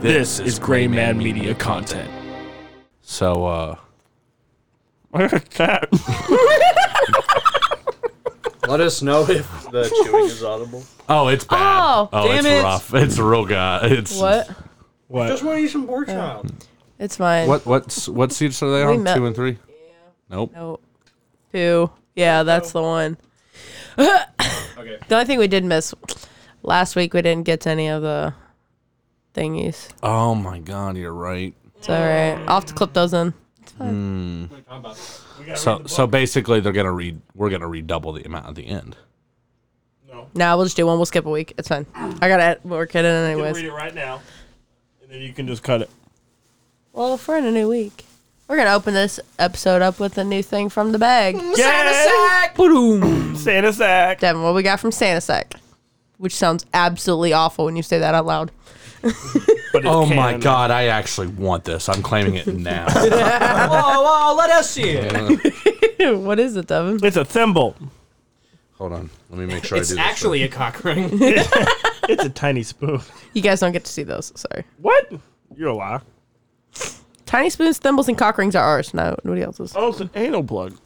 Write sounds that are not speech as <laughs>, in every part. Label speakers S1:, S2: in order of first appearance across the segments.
S1: This is Gray Man Media content. So, uh,
S2: Oh,
S3: Let us know if
S4: <laughs>
S3: the chewing is audible.
S1: oh, it's bad.
S2: Oh,
S1: it's
S2: damn it.
S1: rough. It's real good. It's
S2: What?
S3: Just want to eat some
S4: Oh.
S3: pork chop.
S2: It's fine.
S1: What what's what seats are they
S2: We
S1: on?
S2: met-
S1: Two and three. Nope.
S2: No. Two. Yeah, that's the one. Oh. <coughs> okay. The only thing we did miss last week, we didn't get to any of the thingies.
S1: Oh my god, you're right.
S2: It's all right. I'll have to clip those in.
S1: So so basically, they're gonna read. We're gonna redouble the amount at the end.
S2: Nah, we'll just do one. We'll skip a week. It's fine. I gotta ed- work it in anyways.
S5: read it right now, and then you can
S4: <laughs>
S5: just cut it.
S2: Well, if we're in a new week, we're gonna open this episode up with a new thing from the bag.
S5: Santa sack.
S2: Devin, what we got from Santa Sack? Which sounds absolutely awful when you say that out loud.
S5: But it
S1: Oh
S5: can.
S1: my god, I actually want this. I'm claiming it now.
S3: Oh, oh, let us see it.
S2: <laughs> what is it, Devin?
S5: It's a thimble.
S1: Hold on, let me make sure I
S4: It's
S1: do this.
S4: actually a cock ring.
S5: It's a tiny spoon.
S2: You guys don't get to see those. Sorry.
S5: What? You're a liar.
S2: Tiny spoons, thimbles, and cock rings are ours. No, nobody else's.
S5: Oh, it's an anal plug.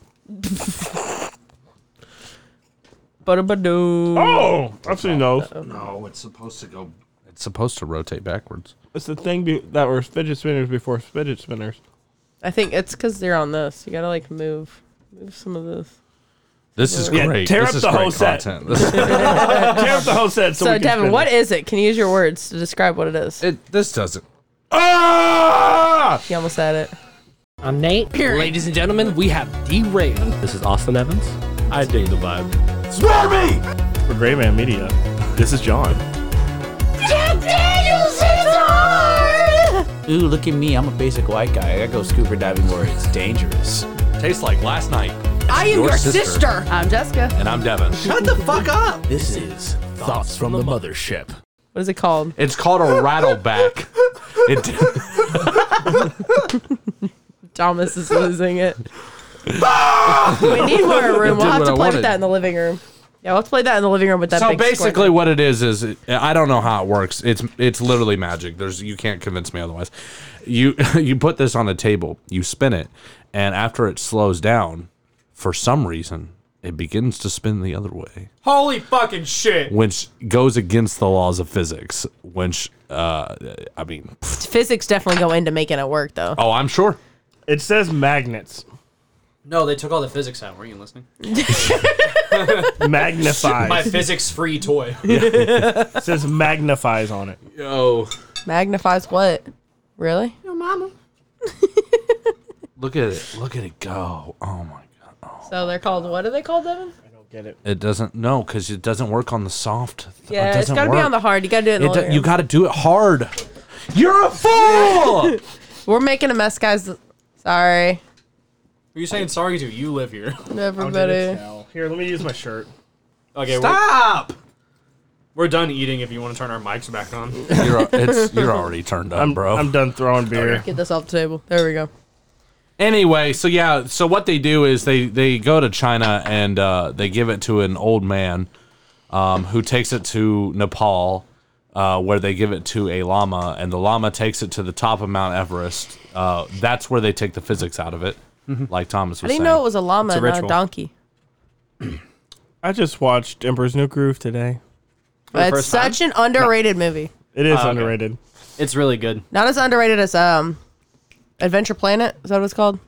S2: Ba-da-ba-doo.
S5: Oh, I've seen those.
S1: No, it's supposed to go. It's supposed to <laughs> rotate backwards.
S5: It's the thing be- that were fidget spinners before fidget spinners. <laughs>
S2: I think it's because they're on this. You gotta like move, move some of this.
S1: This is
S5: Yeah,
S1: great.
S5: tear
S1: this
S5: up
S1: is
S5: the
S1: great
S5: whole set.
S1: content. This is great.
S5: Tear up the whole set. So,
S2: So,
S5: we can
S2: Devin,
S5: spin
S2: what
S5: it.
S2: is it? Can you use your words to describe what it is?
S1: It, this doesn't. Ah!
S2: you almost had it.
S4: I'm Nate. Ladies and gentlemen, we have D Ray.
S6: This is Austin Evans. I dig the vibe.
S1: Swear me!
S5: For Gray Man Media, this is John.
S6: Ooh, look at me. I'm a basic white guy. I go scuba diving where it's dangerous.
S1: Tastes like last night.
S2: I am
S1: Your your sister. sister.
S2: I'm Jessica.
S1: And I'm Devin.
S6: This is Thoughts from the Mothership.
S2: What is it called?
S1: It's called a rattleback.
S6: <laughs>
S1: It. <laughs>
S2: Thomas is losing it. we need more room.
S1: Ah! did what
S2: We'll have to
S1: I
S2: play
S1: wanted.
S2: with that in the living room. Yeah, we'll have to play that in the living room with that.
S1: So
S2: big square.
S1: basically, what it is is it, I don't know how it works. It's it's literally magic. There's you can't convince me otherwise. You <laughs> you put this on a table, you spin it, and after it slows down, for some reason, it begins to spin the other way,
S4: Holy fucking shit.
S1: which goes against the laws of physics. Which uh, I mean, pfft.
S2: physics definitely go into making it work though.
S1: oh, I'm sure.
S5: It says magnets.
S4: No, they took all the physics out. Weren't you listening? My
S5: <laughs> Magnifies.
S4: physics
S1: <laughs>
S4: free toy.
S5: it says magnifies on it.
S1: Yo,
S2: Magnifies what? Really?
S1: look at it, look at it go. Oh my god,
S2: So they're called. What are they called, Devin?
S5: Get it?
S1: it doesn't no because it doesn't work on the soft. It
S2: Yeah, it's
S1: doesn't
S2: gotta be
S1: work.
S2: on the hard. You gotta do it in the
S1: It
S2: living
S1: do,
S2: room.
S1: you got to do it hard. You're a fool.
S2: We're making a mess, guys. Sorry,
S4: Who are you saying sorry to? You live <laughs> here.
S2: everybody.
S5: Here, let me use my shirt.
S4: Okay,
S1: <laughs>
S4: We're,
S1: Stop.
S4: we're done eating if you want to turn our mics back on.
S1: You're, it's, you're already turned up,
S5: I'm,
S1: bro.
S5: I'm done throwing beer.
S2: Get this off the table. There we go.
S1: anyway, so yeah, so what they do is they they go to China and uh, they give it to an old man um, who takes it to Nepal, uh, where they give it to a llama, and the llama takes it to the top of Mount Everest. Uh, that's where they take the physics out of it, like Thomas
S2: Mm-hmm. I
S1: was
S2: didn't
S1: saying.
S2: know it was a llama,
S4: It's a
S2: not a
S4: ritual.
S2: donkey.
S5: I just watched Emperor's New Groove today.
S2: But it's
S4: first time?
S2: such an underrated movie.
S5: It is
S4: okay.
S5: underrated.
S4: It's really good.
S2: Not as underrated as um, Adventure Planet. Is that what it's called?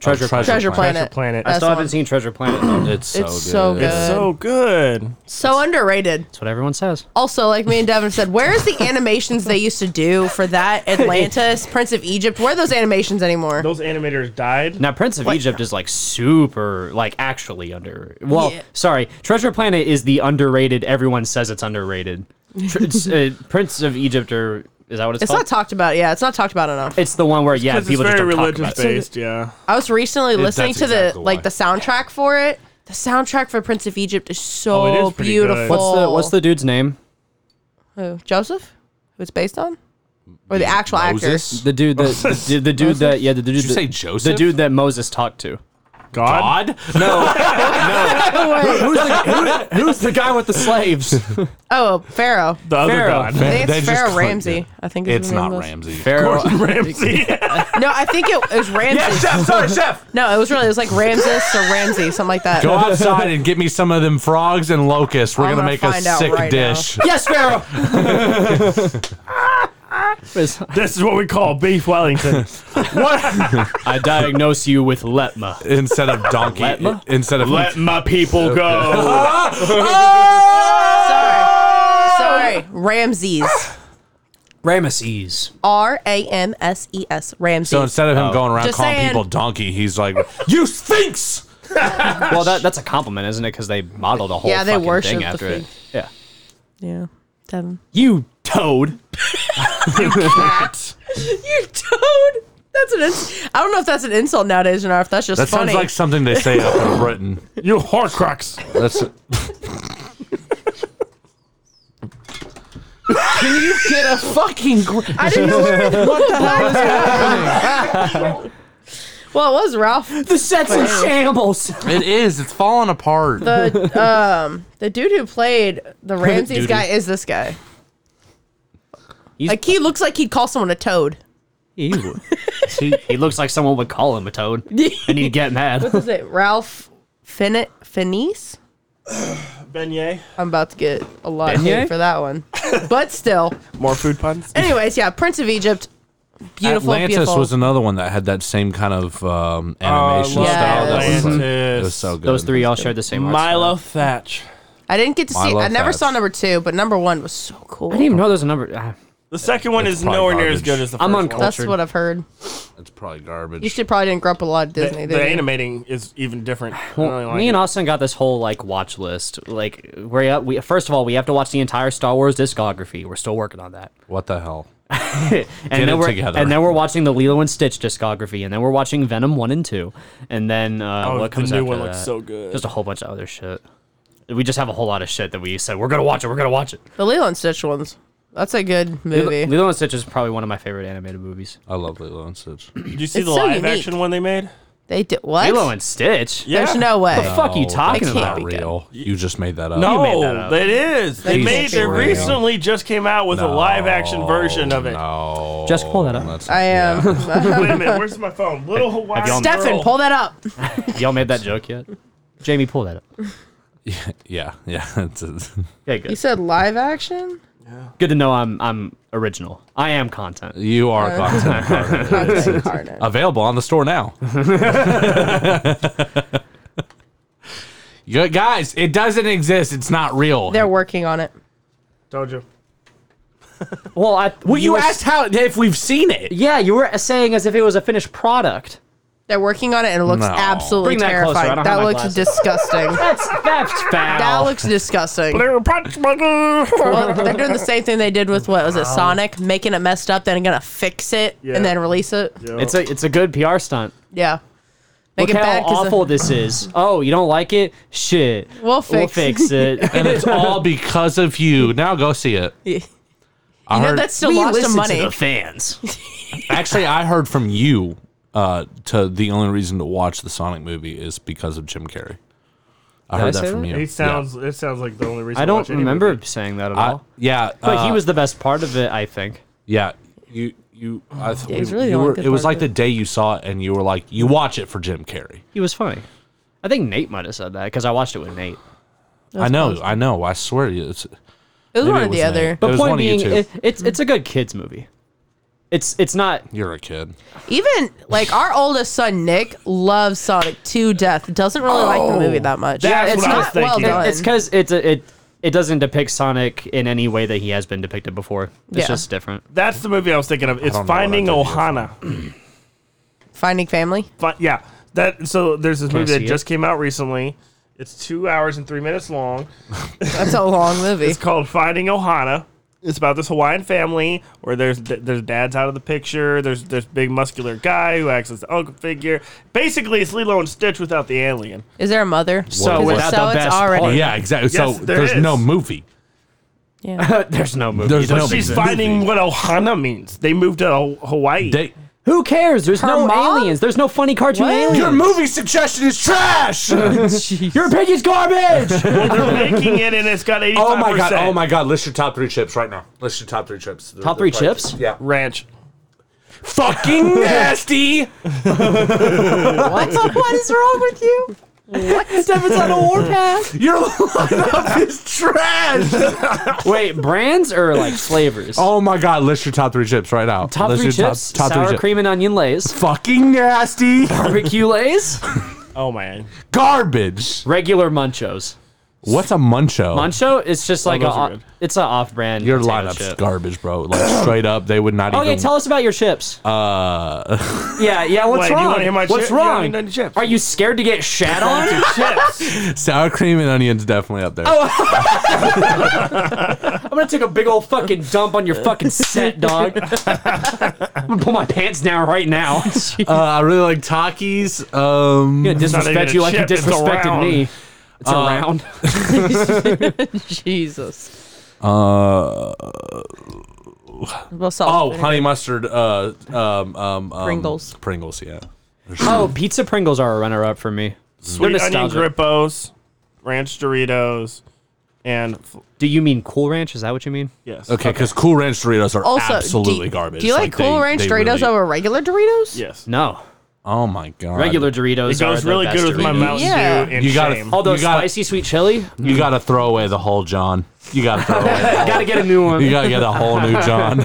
S1: Treasure,
S2: Treasure Planet.
S5: Treasure Planet.
S2: That's
S4: I still
S2: the
S4: haven't
S2: one.
S4: seen Treasure Planet.
S1: It's so
S2: It's
S1: good.
S2: so
S5: It's
S2: good.
S5: so good.
S2: So underrated.
S4: That's what everyone says.
S2: Also, like me and Devin said, where is the animations they used to do for that Atlantis, Prince of Egypt? Where are those animations anymore?
S5: Those animators died.
S4: Now, Prince of Egypt is like super, like actually under. Well,
S2: Yeah.
S4: sorry, Treasure Planet is the underrated. Everyone says it's underrated.
S2: <laughs>
S4: Tr- it's, uh, Prince of Egypt, or is that what it's,
S2: It's
S4: called?
S2: not talked about. Yeah, it's not talked about enough.
S4: it's the one where yeah,
S5: 'Cause
S4: people
S5: it's
S4: just
S5: very
S4: don't talk
S5: religious
S4: about it.
S5: based. Yeah.
S2: I was recently listening
S1: that's
S2: to the
S1: exactly why.
S2: like the soundtrack for it. The soundtrack for Prince of Egypt is so
S5: Oh, it is pretty good.
S2: beautiful.
S4: What's the What's the dude's name?
S2: Who? Joseph? Who it's based on? Or the actual actor?
S1: Moses?
S4: The dude that the, dude- the dude that yeah the dude
S1: Did you
S4: that-
S1: say Joseph?
S4: the dude that Moses talked to.
S5: God?
S1: Odd?
S2: <laughs> Wait.
S4: Who's the, who- who's the guy with the slaves?
S2: oh, Pharaoh.
S5: The other
S4: Pharaoh.
S2: I
S5: God.
S2: think
S1: They just
S2: it's Pharaoh
S1: clicked
S2: Ramsey.
S1: it.
S2: I think
S1: It's
S2: his name
S1: not
S2: was.
S1: Ramsey. <laughs>
S4: <laughs> Pharaoh.
S5: <laughs> Ramsey.
S2: No, I think it, it was Ramsey.
S3: chef, sorry, chef.
S2: No, it was really it was like Ramses or Ramsey, something like that.
S1: Go outside and get me some of them frogs and locusts. We're
S2: I'm
S1: gonna,
S2: gonna
S1: make a
S2: find out
S1: sick
S2: right now.
S1: dish.
S4: yes, Pharaoh.
S5: this is what we call beef Wellington.
S4: <laughs> I diagnose you with lepma.
S1: Instead of donkey,
S4: Letma?
S1: instead of
S4: my people go.
S2: Sorry, Ramses.
S1: <laughs>
S4: Ramesses.
S2: R A M S E S. Ramses.
S1: So instead of him going around
S2: Just
S1: calling
S2: saying.
S1: people donkey, he's like, "You sphinx."
S4: Well, that, that's a compliment, isn't it? Because they modeled a whole
S2: Yeah, they
S4: fucking
S2: worship
S4: thing
S2: the
S4: after it.
S2: feet.
S4: Yeah.
S2: yeah, Devin.
S4: You toad.
S2: You toad. That's an. Ins- I don't know if that's an insult nowadays or not. If that's just
S1: That
S2: funny.
S1: sounds like something they say up in Britain.
S5: you horcrux.
S1: That's
S6: Get a fucking. Gr-
S2: I didn't know where the what the hell was happening. Well, it was Ralph.
S1: <laughs>
S4: The set's in shambles.
S1: it is. It's falling apart.
S2: The um the dude who played the Ramses
S1: Dude.
S2: guy is this guy.
S4: He's-
S2: like he looks like he'd call someone a toad.
S4: Ew. <laughs> he, he looks like someone would call him a toad, and he'd get mad.
S2: Is it Ralph Finnit Finis?
S5: Beignet.
S2: I'm about to get a lot of hate
S4: Beignet?
S2: for that
S1: <laughs>
S2: one. But still.
S5: More food puns.
S2: Anyways, yeah, Prince of Egypt. Beautiful,
S1: Atlantis
S2: beautiful.
S1: was another one that had that same kind of um, animation
S5: love
S1: style. That was, like, it
S5: Atlantis.
S1: was so good.
S4: Those three all shared the same art
S5: Milo
S4: style.
S5: Thatch.
S2: I didn't get to see
S1: Milo
S2: I never
S1: Fats.
S2: saw number two, but number one was so
S4: I didn't
S2: cool.
S4: even know there's a number. ah.
S5: The second one
S1: It's
S5: is
S1: probably
S5: nowhere near
S1: garbage.
S5: as good as the first
S4: I'm
S5: one.
S4: uncalled.
S2: That's what I've heard.
S1: It's probably garbage.
S2: You should probably didn't grow up with a lot of
S5: The,
S2: Disney.
S5: the
S2: did you?
S5: animating is even different. I don't really like
S4: Me
S5: it.
S4: and Austin got this whole like watch list. Like we're we first of all we have to watch the entire Star Wars discography. We're still working on that.
S1: what the hell?
S4: And
S1: Get
S4: then
S1: it
S4: we're
S1: together.
S4: and then we're watching the Lilo and Stitch discography, and then we're watching Venom one and two, and then uh,
S5: Oh,
S4: what
S5: the
S4: comes
S5: new
S4: after
S5: one looks
S4: that?
S5: so good.
S4: Just a whole bunch of other shit. We just have a whole lot of shit that we said we're gonna watch it. We're gonna watch it.
S2: The Lilo and Stitch ones. That's a good movie.
S4: Lilo and Stitch is probably one of my favorite animated movies.
S1: I love Lilo and Stitch.
S5: Did you see
S2: It's
S5: the
S2: so
S5: live
S2: unique.
S5: action one they made?
S2: They did what?
S4: Lilo and Stitch.
S5: Yeah.
S2: There's no way.
S4: The fuck you
S1: No,
S4: talking
S1: that's
S2: can't
S1: not
S4: about?
S2: be good.
S1: real. You just made that up. Oh,
S5: No,
S4: made that up.
S5: it is. They
S1: Jesus
S5: made. They
S1: Christ.
S5: recently just came out with a live action version of it.
S1: No.
S4: Jessica, pull that up.
S1: That's-
S2: I uh, am. <laughs>
S5: Wait a minute, where's my phone? Little Hawaiian
S4: y'all-
S2: Stefan,
S5: girl.
S2: pull that up.
S4: <laughs> Y'all made that joke yet? Jamie, pull that up.
S1: Yeah, <laughs> yeah. It's, it's,
S4: Yeah,
S2: You
S4: good.
S2: said live action?
S4: <laughs> Good to know I'm I'm original. I am content.
S1: you are
S2: <laughs>
S1: content creator.
S2: Content Carter.
S4: Uh,
S1: available on the store <laughs> now. You- guys, it doesn't exist. It's not real.
S2: They're working on it.
S5: Told you.
S4: Well, I
S1: well, you,
S4: were-
S1: asked how if we've seen it.
S4: Yeah, you were saying as if it was a finished product.
S2: They're working on it, and it looks
S1: No.
S2: absolutely
S4: Bring that closer, I
S2: terrifying.
S4: don't have
S2: That
S4: my
S2: looks
S4: glasses. <laughs>
S2: disgusting.
S4: That's
S2: <laughs>
S4: that's foul.
S2: that looks
S1: <laughs>
S2: disgusting. Well, they're doing the same thing they did with what was it, Sonic, making it messed up, then gonna fix it
S5: Yeah.
S2: and then release it. Yeah.
S4: it's a it's a good PR stunt.
S2: Make
S4: Look
S2: it
S4: how
S2: bad 'cause
S4: awful this
S2: <laughs>
S4: is. Oh, you don't like it? Shit.
S2: We'll fix-
S4: it.
S2: <laughs>
S1: And it's all because of you. Now go see it.
S2: the-
S1: I
S2: you know
S1: heard,
S2: that still
S4: we
S2: lost
S4: listen
S2: some money.
S4: to the
S2: <laughs>
S4: fans.
S1: actually, I heard from you uh, to the only reason to watch the Sonic movie is because of Jim Carrey. I
S4: Did I
S1: heard that
S4: say
S1: from
S4: that?
S1: you.
S5: It sounds. It sounds like the only reason.
S4: I
S5: to
S4: don't
S5: watch any
S4: remember
S5: movie.
S4: saying that at
S1: Yeah, I-
S4: all.
S1: yeah
S4: But he
S1: uh,
S4: was the best part of it, I think.
S1: Yeah, you you. I th-
S2: Yeah, he's
S1: we-
S2: really the
S1: you
S2: only
S1: were,
S2: good
S1: it was
S2: part
S1: like
S2: of
S1: the day you saw it, and you were like, you watch it for Jim Carrey.
S4: He was funny. I think Nate might have said that because I watched it with Nate.
S1: I know, I know. I swear to you, it's,
S2: It was
S1: maybe
S2: one
S1: it
S2: or the
S1: was
S2: other.
S1: Nate.
S4: But
S1: was
S4: point
S1: one of you
S4: being,
S1: two.
S4: it, it's it's a good kids movie. It's it's not.
S1: you're a kid.
S2: Even like our oldest son Nick loves Sonic to death. Doesn't really like the movie that much.
S5: that's
S2: it's
S5: what I was
S2: not well
S5: thinking.
S2: done.
S4: It's because it's a, it it doesn't depict Sonic in any way that he has been depicted before. It's
S2: Yeah.
S4: just different. <laughs>
S5: That's the movie I was thinking of. It's
S1: don't know what
S5: Finding
S1: that movie is.
S5: Ohana.
S2: Finding Family.
S5: Fi- yeah. That. So there's this movie
S4: I
S5: that
S4: see it?
S5: just came out recently. It's two hours and three minutes long.
S2: That's a long movie.
S5: It's called Finding Ohana. It's about this Hawaiian family where there's there's dad's out of the picture. There's there's big muscular guy who acts as the uncle figure. Basically, it's Lilo and Stitch without the alien.
S2: Is there a mother?
S4: So
S2: Is it
S4: without
S2: so
S4: the
S2: it's
S4: best
S2: already-
S4: part,
S1: Yeah, exactly.
S5: Yes,
S1: so
S5: there
S1: there's no
S5: is.
S1: movie.
S4: there's no movie.
S1: There's
S4: But
S1: no
S5: She's
S1: movie.
S5: finding what Ohana means. They moved to Ho- Hawaii.
S1: They
S4: Who cares? There's no
S2: mom?
S4: aliens. There's no funny cartoon
S2: What?
S4: aliens.
S2: Your
S1: movie suggestion is <laughs> trash.
S4: <laughs> Your opinion's garbage.
S5: Well, they're making it, and
S4: <laughs>
S5: it's got 85%.
S1: oh my god! Oh my god! List your top three chips right now. List your top three chips. They're-
S4: Top
S1: they're
S4: three
S1: probably-
S4: chips?
S1: Yeah.
S5: Ranch.
S1: <laughs> Fucking nasty.
S2: <laughs> What? what is wrong with you? What? Stefan's on a warpath.
S1: Your <laughs> lineup is trash.
S4: <laughs> Wait, brands or like flavors?
S1: Oh my god! List your top three chips right now.
S4: top
S1: list
S4: three
S1: your
S4: chips: sour
S1: chips.
S4: cream and onion lays, <laughs>
S1: Fucking nasty.
S4: barbecue lays,
S5: Oh man.
S1: Garbage.
S4: regular munchos.
S1: What's a muncho?
S4: Muncho is just like
S5: Oh, those are
S4: a
S5: good.
S4: it's an off-brand.
S1: Your
S4: potato
S1: lineup's
S4: chip.
S1: garbage, bro. Like straight up, they would not
S4: Okay,
S1: even.
S4: tell us about your chips.
S1: uh,
S4: <laughs> yeah, yeah. What's
S5: Wait, you
S4: wrong?
S5: wanna hear my
S4: what's
S5: chip? You haven't
S4: wrong?
S5: done your chips.
S4: Are you scared to get shat on?
S5: Chips.
S1: sour cream and onions definitely up there.
S2: Oh,
S4: I'm gonna take a big old fucking dump on your fucking set,
S5: <laughs>
S4: dog. I'm gonna pull my pants down right now. <laughs>
S1: Uh, I really like Takis. Um,
S4: I'm gonna
S5: not even
S4: disrespect
S5: a
S4: you like you
S5: chip, it's a
S4: disrespected
S5: round.
S4: me. It's a round.
S2: <laughs> Jesus.
S1: uh,
S2: Well, salt. and
S1: oh,
S2: vinegar.
S1: honey mustard. Uh, um, um, um,
S2: Pringles.
S1: Pringles, yeah.
S4: Oh, pizza Pringles are a runner-up for me.
S5: Sweet onion
S4: nostalgic.
S5: grippos, ranch Doritos, and f-
S4: Do you mean Cool Ranch? Is that what you mean?
S5: yes.
S1: Okay, because Cool Ranch Doritos are
S2: Also, do-
S1: absolutely garbage.
S2: Do you like, Cool
S1: they-
S2: Ranch
S1: they
S2: Doritos
S1: really-
S2: over regular Doritos?
S5: Yes.
S4: No,
S1: Oh my god!
S4: regular Doritos.
S5: It goes
S4: are
S5: really
S4: the
S5: good
S4: best
S5: with my
S4: Doritos.
S5: Mountain
S2: Yeah.
S5: Dew and
S1: You gotta-
S5: shame.
S4: Although
S1: You gotta-
S4: spicy sweet chili,
S1: You got to throw away the whole John. You got to throw away.
S2: <laughs>
S1: The
S4: gotta get a new <laughs>
S1: whole, you
S4: one.
S1: got to get a whole new John.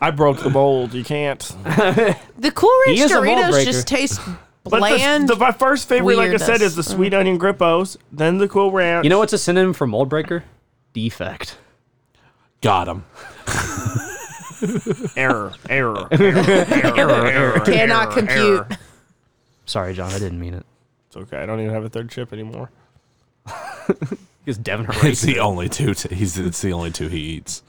S5: I broke the mold. You can't.
S2: The Cool
S4: He
S2: Ranch
S4: is a mold
S2: Doritos
S4: breaker.
S2: just taste
S5: But the,
S2: bland.
S5: the, my first favorite, like I said,
S2: weirdness.
S5: is the sweet onion grippos, then the cool ranch.
S4: You know what's a synonym for mold breaker? Defect.
S1: <laughs> got him.
S5: <laughs> Error,
S4: <laughs>
S5: error, error, error, error.
S2: Cannot
S5: error,
S2: compute.
S5: error.
S4: Sorry, John, I didn't mean it.
S5: It's okay. I don't even have a third chip anymore.
S4: Because Devin
S1: It's the only two. T- he's. It's the only two he eats.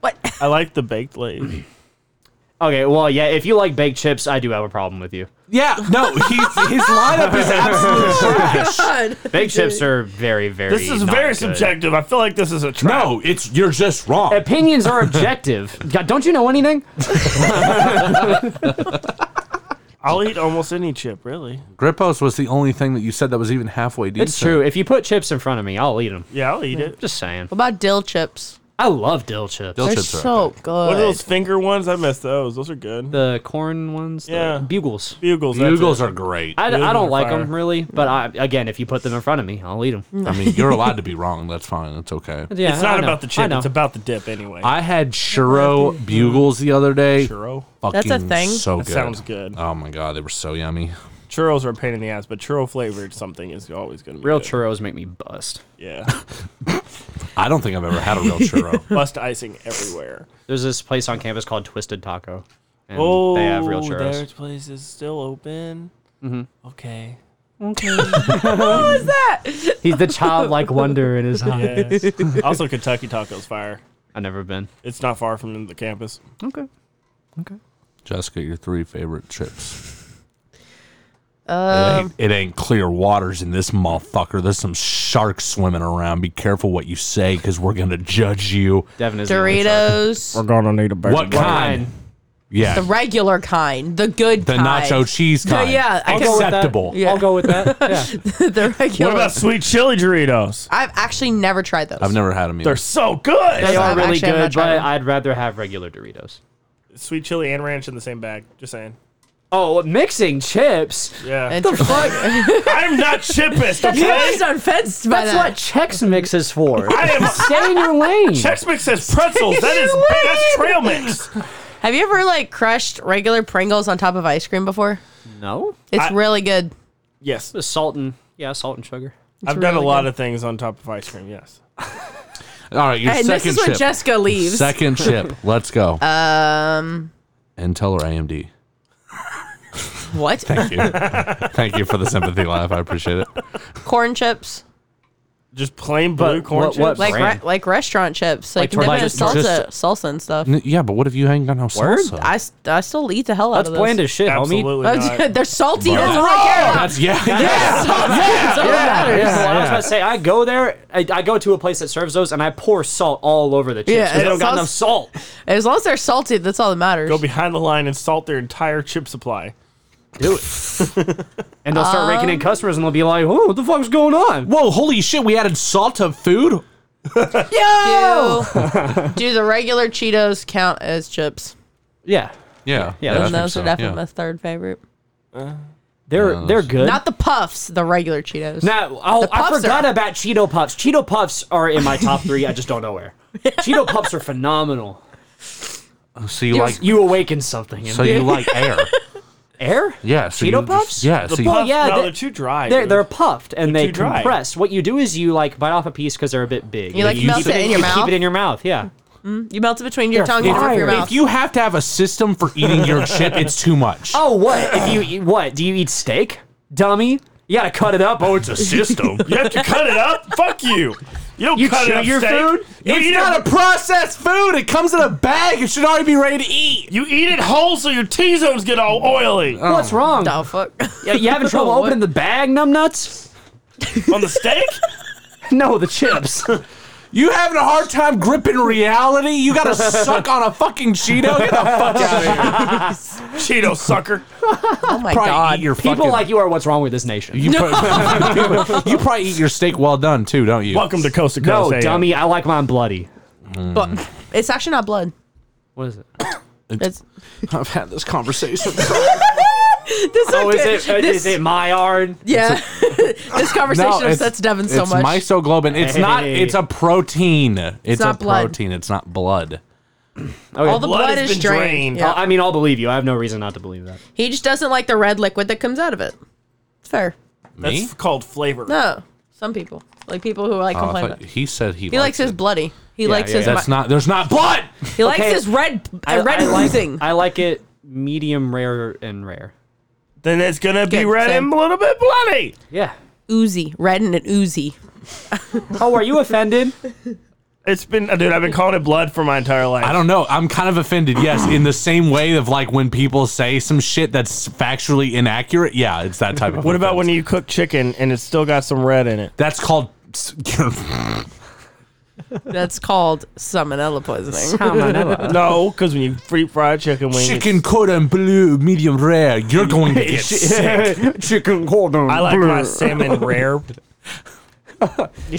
S2: what?
S5: <laughs> I like the baked lays.
S4: <laughs> Okay, well, yeah. If you like baked chips, I do have a problem with you.
S1: Yeah. No. He's, his lineup <laughs> is absolute trash.
S2: God.
S4: Baked chips are very, very.
S5: This is
S4: not
S5: very
S4: good.
S5: subjective. I feel like this is a trap.
S1: No. It's you're just wrong.
S4: Opinions are
S5: <laughs>
S4: objective. God, don't you know anything?
S5: I'll eat almost any chip, really.
S1: Grippos was the only thing that you said that was even halfway decent.
S4: It's true. If you put chips in front of me, I'll eat them.
S5: Yeah, I'll eat it.
S4: Just saying.
S2: What about dill chips?
S4: I love dill chips.
S1: Dill
S2: They're
S1: chips are
S2: so good.
S5: What are those finger ones? I miss those. Those are good.
S4: The corn ones. the
S5: Yeah.
S4: bugles.
S5: Bugles. that's
S1: Bugles
S5: it.
S1: are great. I,
S4: I, d- I
S5: Bugles
S4: don't
S5: are
S4: like
S5: fire.
S4: them really, but I, again, if you put them in front of me, I'll eat them.
S1: mean,
S5: <laughs>
S1: you're allowed to be wrong. That's fine. That's okay.
S4: Yeah,
S5: It's
S4: I
S5: not
S4: know,
S5: about the
S4: I
S5: chip.
S4: know.
S5: It's about the dip anyway.
S1: I had churro bugles the other day.
S5: Churro.
S2: That's a
S1: Fucking
S2: thing?
S1: So
S5: That
S1: good.
S5: sounds good.
S1: Oh my god, they were so yummy.
S5: Churros are a pain in the ass, but churro flavored something is always going to be
S4: Real
S5: good.
S4: churros make me bust.
S5: Yeah,
S1: I don't think I've ever had a real
S5: <laughs>
S1: churro.
S5: bust icing everywhere.
S4: There's this place on campus called Twisted Taco, and
S5: Oh,
S4: they have real churros.
S5: Their place is still open. Mm-hmm. Okay.
S4: He's the <laughs> childlike wonder in his eye.
S5: Yes. also, Kentucky Tacos Fire.
S4: I've never been.
S5: It's not far from the campus.
S4: Okay.
S1: Jessica, your three favorite chips.
S2: Um,
S1: it, ain't, it ain't clear waters in this motherfucker. There's some sharks swimming around. Be careful what you say, because we're gonna judge you.
S4: Devin is the only shark.
S2: Doritos,
S5: gonna need a burger.
S1: What
S4: What
S1: kind?
S4: kind?
S1: Yeah,
S2: the regular kind, the good
S1: the
S2: kind.
S1: nacho cheese kind.
S2: yeah, I
S1: I
S2: can go with
S4: that.
S1: acceptable.
S2: Yeah.
S4: I'll go with <laughs> that. Yeah.
S2: <laughs> the regular.
S5: What about sweet chili Doritos?
S2: I've actually never tried those.
S1: I've never had them.
S5: They're
S1: Either.
S5: so good.
S4: They are
S2: I've
S4: really
S2: actually- I've not
S4: good,
S2: tried
S4: but
S2: them.
S4: I'd rather have regular Doritos.
S5: Sweet chili and ranch in the same bag. Just saying.
S4: Oh, mixing chips?
S5: Yeah.
S2: And the fuck?
S5: <laughs>
S2: <laughs>
S5: I'm not chippist.
S2: you
S5: Okay.
S2: guys are fenced by
S4: That's
S2: that.
S4: what Chex Mix is <laughs> for.
S5: I am.
S4: Stay in your lane.
S5: Chex Mix says pretzels.
S4: <laughs>
S5: That is that's trail mix.
S2: Have you ever like crushed regular Pringles on top of ice cream before?
S4: No,
S2: It's
S5: I-
S2: really good.
S5: Yes,
S4: the salt and yeah, salt and sugar.
S5: I've done a
S2: really
S5: lot
S2: good.
S5: of things on top of ice cream. Yes.
S1: All right, your
S2: And
S1: second
S2: this is when
S1: chip.
S2: Jessica leaves.
S1: Second
S4: <laughs>
S1: chip. Let's go. Um. Intel or AMD?
S2: what? <laughs>
S1: Thank you. Thank you for the sympathy laugh. I appreciate it.
S2: Corn chips.
S5: Just plain blue
S4: But
S5: corn
S4: what-
S5: chips.
S4: what
S2: like
S4: brand?
S2: re- like restaurant chips, like,
S4: tortilla
S2: dipping in
S4: chips?
S2: salsa,
S1: Just-
S2: salsa and stuff.
S1: N- yeah, but what if you ain't got no
S4: Word?
S1: salsa?
S2: I, s- I still eat the hell out
S4: That's
S2: of
S4: bland
S2: those. Oh,
S4: as shit, homie.
S5: Absolutely not.
S2: <laughs> They're salty. That's
S1: Yeah.
S2: all I care about.
S1: Oh, That's
S4: <laughs>
S1: yeah. yeah.
S4: That's all that matters.
S1: yeah,
S4: I was
S1: yeah.
S4: about to say, I go there, I, I go to a place that serves those, and I pour salt all over the chips.
S2: Yeah,
S4: 'cause they
S2: and
S4: don't got
S2: sauce-
S4: enough salt.
S2: As long as they're salty, that's all that matters.
S5: Go behind the line and salt their entire chip supply.
S4: Do it. <laughs> and they'll start
S2: Um,
S4: raking in customers, and they'll be like, "Oh, what the fuck's going on?"
S1: Whoa! Holy shit! We added salt to food.
S2: do, do the regular Cheetos count as chips?
S4: Yeah,
S1: Yeah.
S4: yeah, I
S2: and those are definitely my
S1: yeah.
S2: third favorite.
S4: they're they're good.
S2: Not the puffs, the regular Cheetos.
S4: now, oh, I
S2: puffs
S4: forgot
S2: are-
S4: about Cheeto Puffs. Cheeto Puffs are in my top three. I just don't know
S2: <laughs>
S4: where. Cheeto Puffs are phenomenal.
S1: So you <laughs> like
S4: You awaken something.
S1: so you like
S2: <laughs>
S1: air?
S4: <laughs> air?
S1: Yeah. So
S4: Cheeto
S1: you just-
S4: Puffs?
S1: Yeah.
S4: The
S1: So
S4: puff-
S1: you,
S4: Well, yeah,
S5: no,
S4: they-
S5: they're too dry.
S4: They're,
S5: dude. <laughs>
S4: they're puffed and they
S5: too dry.
S4: compress. What you do is you like bite off a piece because they're a bit big.
S2: You, like,
S4: keep
S2: melt it in
S4: you
S2: your mouth?
S4: Keep it in your mouth. Yeah.
S2: you melt it between your
S4: They're
S2: tongue and the roof of your
S4: fire.
S2: mouth.
S1: if you have to have a system for eating
S4: <laughs>
S1: your chip, it's too much.
S4: Oh, what? if you eat, what? Do you eat steak, dummy? You gotta cut it
S1: <laughs>
S4: up. Oh, it's a <laughs>
S5: system. You have to cut it up. Fuck you. You don't
S4: You
S5: cut
S4: chew
S5: it up
S4: your
S5: steak.
S4: food?
S5: You
S1: it's
S5: eat
S1: not
S5: it.
S1: a processed food. It comes in a bag. It should already be ready to eat.
S5: you eat it whole, so your T zones get all
S4: <laughs>
S5: oily
S4: What's wrong?
S2: oh, fuck.
S4: Yeah, you having trouble
S2: <laughs> What?
S4: opening the bag, numbnuts?
S5: on the steak.
S4: No, the
S1: <laughs>
S4: chips.
S1: You having a hard time gripping reality? You
S4: <laughs>
S1: gotta suck on a fucking Cheeto? Get the fuck out of here.
S5: <laughs> Cheeto sucker.
S2: Oh my
S1: Probably
S2: god.
S1: eat your
S4: People
S1: fucking-
S4: like you are what's wrong with this nation.
S1: You, probably, <laughs> you probably eat your steak well done too, don't you?
S5: Welcome to Coast to
S4: no,
S5: Coast. uh, AM.
S4: dummy. I like mine bloody.
S2: But it's actually not blood.
S4: What is it?
S2: It's,
S1: I've had this <laughs> conversation.
S2: this
S4: <laughs> Oh, is
S2: okay.
S4: it? <laughs> uh,
S2: <laughs> this,
S4: is it my yarn?
S2: Yeah. <laughs> this conversation
S1: it's-
S2: upsets Devin so
S1: it's
S2: much.
S1: mysoglobin. It's not.
S4: Hey.
S1: It's a protein. It's,
S2: not
S1: a
S2: blood.
S1: protein. It's not blood.
S4: Okay.
S2: all the blood,
S5: Blood has
S2: is
S5: been
S2: drained.
S5: drained.
S2: Yeah.
S4: Uh, I mean, I'll believe you. I have no reason not to believe that.
S2: he just doesn't like the red liquid that comes out of it. It's fair.
S5: That's
S1: Me?
S5: called flavor.
S2: No. Some people. Like people who like
S1: Oh, I
S2: complain
S1: thought-
S2: about it.
S1: he said he,
S2: He likes his
S1: it.
S2: bloody. He likes
S4: yeah,
S2: his
S4: yeah.
S1: That's not. There's not blood.
S2: He likes
S4: Okay.
S2: his red
S4: I,
S2: red
S4: I like,
S2: oozing.
S4: I like it medium rare and rare.
S5: Then it's gonna be
S2: Good,
S5: red
S2: same.
S5: and a little bit bloody.
S4: Yeah.
S2: oozy, red and an oozy.
S4: Oh, are
S1: <laughs>
S4: you offended?
S5: It's been, uh, dude. I've been calling it blood for my entire life.
S1: I don't know. I'm kind of offended. Yes, in the same way of like when people say some shit that's factually inaccurate. Yeah, it's that type of.
S5: What about when you cook chicken and it's still got some red in it?
S1: That's called.
S2: That's called salmonella
S4: <laughs>
S2: poisoning.
S5: No, because when you deep fry chicken wings,
S1: Chicken cordon bleu, medium rare. You're going
S5: <laughs>
S1: to get sick.
S4: Chicken cordon.
S5: I like
S1: <laughs>
S5: my salmon rare.
S2: Your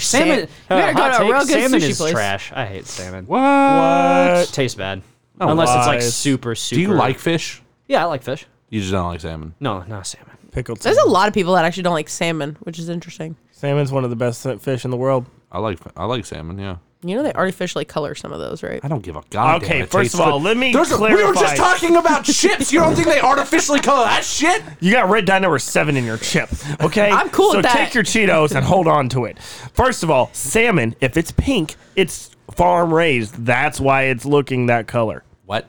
S4: salmon. uh,
S2: salmon. You better
S4: hot
S2: go to a
S4: take,
S2: real good
S4: salmon
S2: sushi
S4: is
S2: place.
S4: trash. I hate salmon.
S5: What?
S4: Tastes bad. Unless it's like
S5: lies.
S4: super, super.
S1: Do you like fish?
S4: Yeah, I like fish.
S1: You just don't like salmon.
S4: No, not salmon.
S5: Pickled
S2: There's
S5: salmon.
S2: a lot of people that actually don't like salmon, which is interesting.
S5: Salmon's one of the best fish in the world.
S1: I like I like salmon. Yeah.
S2: You know they artificially color some of those, right?
S1: I don't give a goddamn.
S5: Okay,
S1: It
S5: first
S1: tastes
S5: of all,
S1: good.
S5: let me
S1: There's a- we were
S5: clarify.
S1: just talking about chips. You don't think they artificially color that shit?
S5: You got red dye number seven in your chip. Okay,
S2: I'm cool
S5: So
S2: with that.
S5: take your Cheetos and hold on to it. First of all, salmon. If it's pink, it's farm raised. That's why it's looking that color.
S1: What?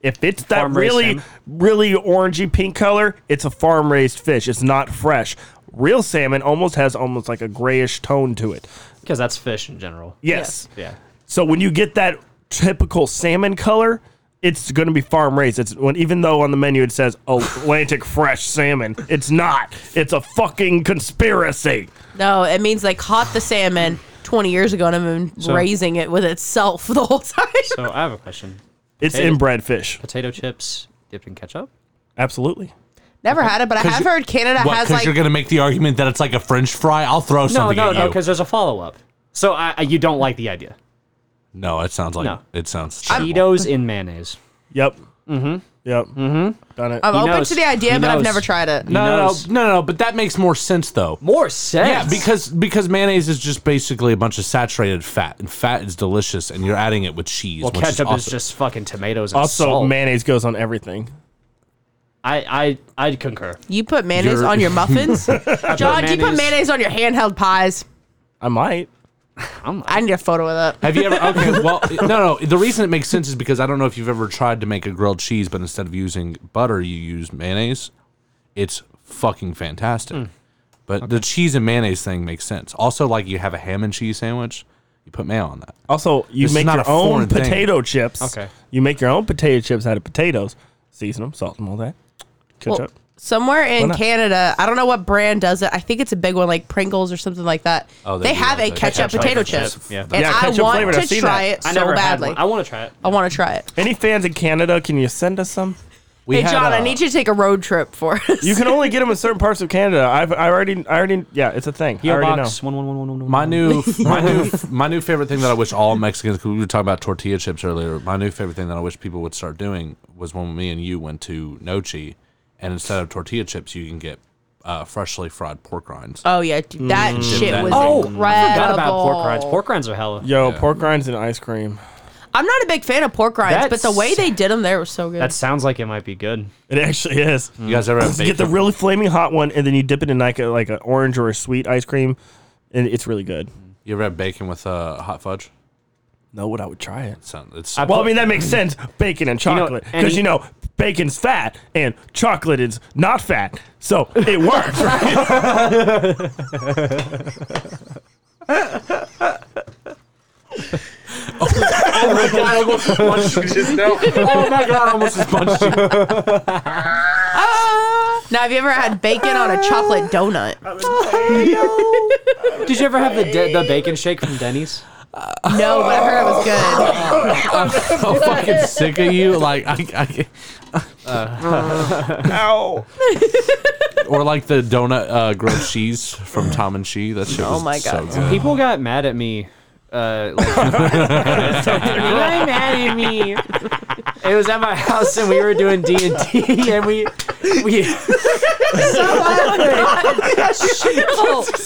S5: If it's that
S4: Farm-raised
S5: really,
S4: salmon.
S5: really orangey pink color, it's a farm raised fish. It's not fresh. Real salmon almost has almost like a grayish tone to it.
S4: Because that's fish in general.
S5: Yes.
S4: Yeah.
S5: So when you get that typical salmon color, it's going to be farm raised. It's when even though on the menu it says Atlantic <laughs> fresh salmon, it's not. It's a fucking conspiracy.
S2: No, it means they caught the salmon 20 years ago and have been raising it with itself <laughs> the whole time.
S4: So I have a question.
S5: It's
S4: Hey.
S5: inbred fish.
S4: Potato chips dipped in ketchup?
S5: Absolutely.
S2: Never had it, but I have heard Canada
S1: What?
S2: has
S1: Because
S2: like
S1: you're gonna make the argument that it's like a French fry. I'll throw
S4: No,
S1: something
S4: no,
S1: at
S4: no.
S1: you.
S4: Because there's a follow up. So I, I- you don't like the idea.
S1: no, it sounds like
S4: No.
S1: it sounds. terrible.
S4: Cheetos in mayonnaise.
S5: Yep. Mm-hmm. Yep. Mm-hmm. Done it.
S2: I'm open
S4: knows.
S2: to the idea,
S4: He
S2: but I've
S4: knows.
S2: never tried it.
S1: No, no, no,
S4: knows.
S1: no, no. But that makes more sense though.
S4: More sense.
S1: Yeah, because because mayonnaise is just basically a bunch of saturated fat, and fat is delicious, and you're adding it with cheese.
S4: well,
S1: which
S4: ketchup is,
S1: also-
S4: just fucking tomatoes and
S5: Also,
S4: salt.
S5: mayonnaise goes on everything.
S4: I, I, I'd concur.
S2: You put mayonnaise
S1: You're-
S2: on your muffins? John, do you put
S4: mayonnaise-
S2: mayonnaise on your handheld pies?
S5: I might.
S4: I'm
S2: I need a photo of that.
S1: Have you ever? Okay, well, no, no. The reason it makes sense is because I don't know if you've ever tried to make a grilled cheese, but instead of using butter, you use mayonnaise. It's fucking fantastic. But the cheese and mayonnaise thing makes sense. Also, like you have a ham and cheese sandwich, you put mayo on that.
S5: Also, you
S1: This is
S5: make
S1: not
S5: your
S1: a
S5: own
S1: foreign thing.
S5: potato chips.
S4: Okay.
S5: You make your own potato chips out of potatoes, season them, salt them, all that. Ketchup.
S2: Well, somewhere in
S5: not?
S2: Canada, I don't know what brand does it. I think it's a big one, like Pringles or something like that.
S1: Oh,
S2: they,
S1: they do
S2: have
S1: have
S2: a
S1: the
S2: ketchup,
S1: ketchup
S2: potato
S4: flavored
S2: chip,
S4: chips. Yeah.
S2: and
S5: Yeah,
S2: I
S5: ketchup
S2: want
S5: flavored.
S2: to
S5: I've seen
S2: try
S5: that.
S2: it
S4: I
S2: so
S4: never had
S2: badly.
S4: one. I want to try it.
S2: I want to try it.
S5: Any fans in Canada, can you send us some?
S1: We
S2: hey,
S1: had,
S2: John, I
S1: uh,
S2: need you to take a road trip for us.
S5: You can only get them in certain parts of Canada. I've I already I already yeah, it's a thing. I
S4: PO
S5: already know.
S4: box one one one one one one.
S1: My
S5: <laughs>
S1: new, my new, my new favorite thing that I wish all Mexicans. 'cause we were talking about tortilla chips earlier. My new favorite thing that I wish people would start doing was when me and you went to Nochi, and instead of tortilla chips, you can get uh, freshly fried pork rinds.
S2: Oh yeah, dude, that shit
S1: that.
S2: was
S4: Oh,
S2: incredible.
S4: I forgot about pork rinds. Pork rinds are hella.
S5: Yo, pork rinds and ice cream.
S2: I'm not a big fan of pork rinds, but the
S4: That's-
S2: way they did them there was so good.
S4: That sounds like it might be good.
S5: It actually is.
S1: You guys ever have
S5: You get the
S1: bacon?
S5: really flaming hot one and then you dip it in like a like an orange or a sweet ice cream and it's really good.
S1: you ever have bacon with uh, hot fudge?
S5: No, what I would try it.
S1: It's, it's
S5: Well, I mean that makes sense. Bacon and
S4: You know,
S5: chocolate, because
S4: any-
S5: you know bacon's fat and chocolate is not fat, so it works. right?
S1: <laughs> oh my god, I almost just punched you.
S5: <laughs>
S2: Ah! now, have you ever had bacon on a chocolate donut?
S4: Did you ever have the de- the bacon shake from Denny's?
S2: No, but I heard it was good.
S1: I'm so fucking sick of you. Like I, I can't-
S5: Ow.
S1: or like the donut uh, grilled cheese from Tom and She. That shit.
S2: Oh
S1: was
S2: my
S1: so
S2: God.
S1: good.
S4: People got mad at me. Uh, like, you <laughs> got mad at me. It was at my house and we were doing D and D and we we
S2: <laughs>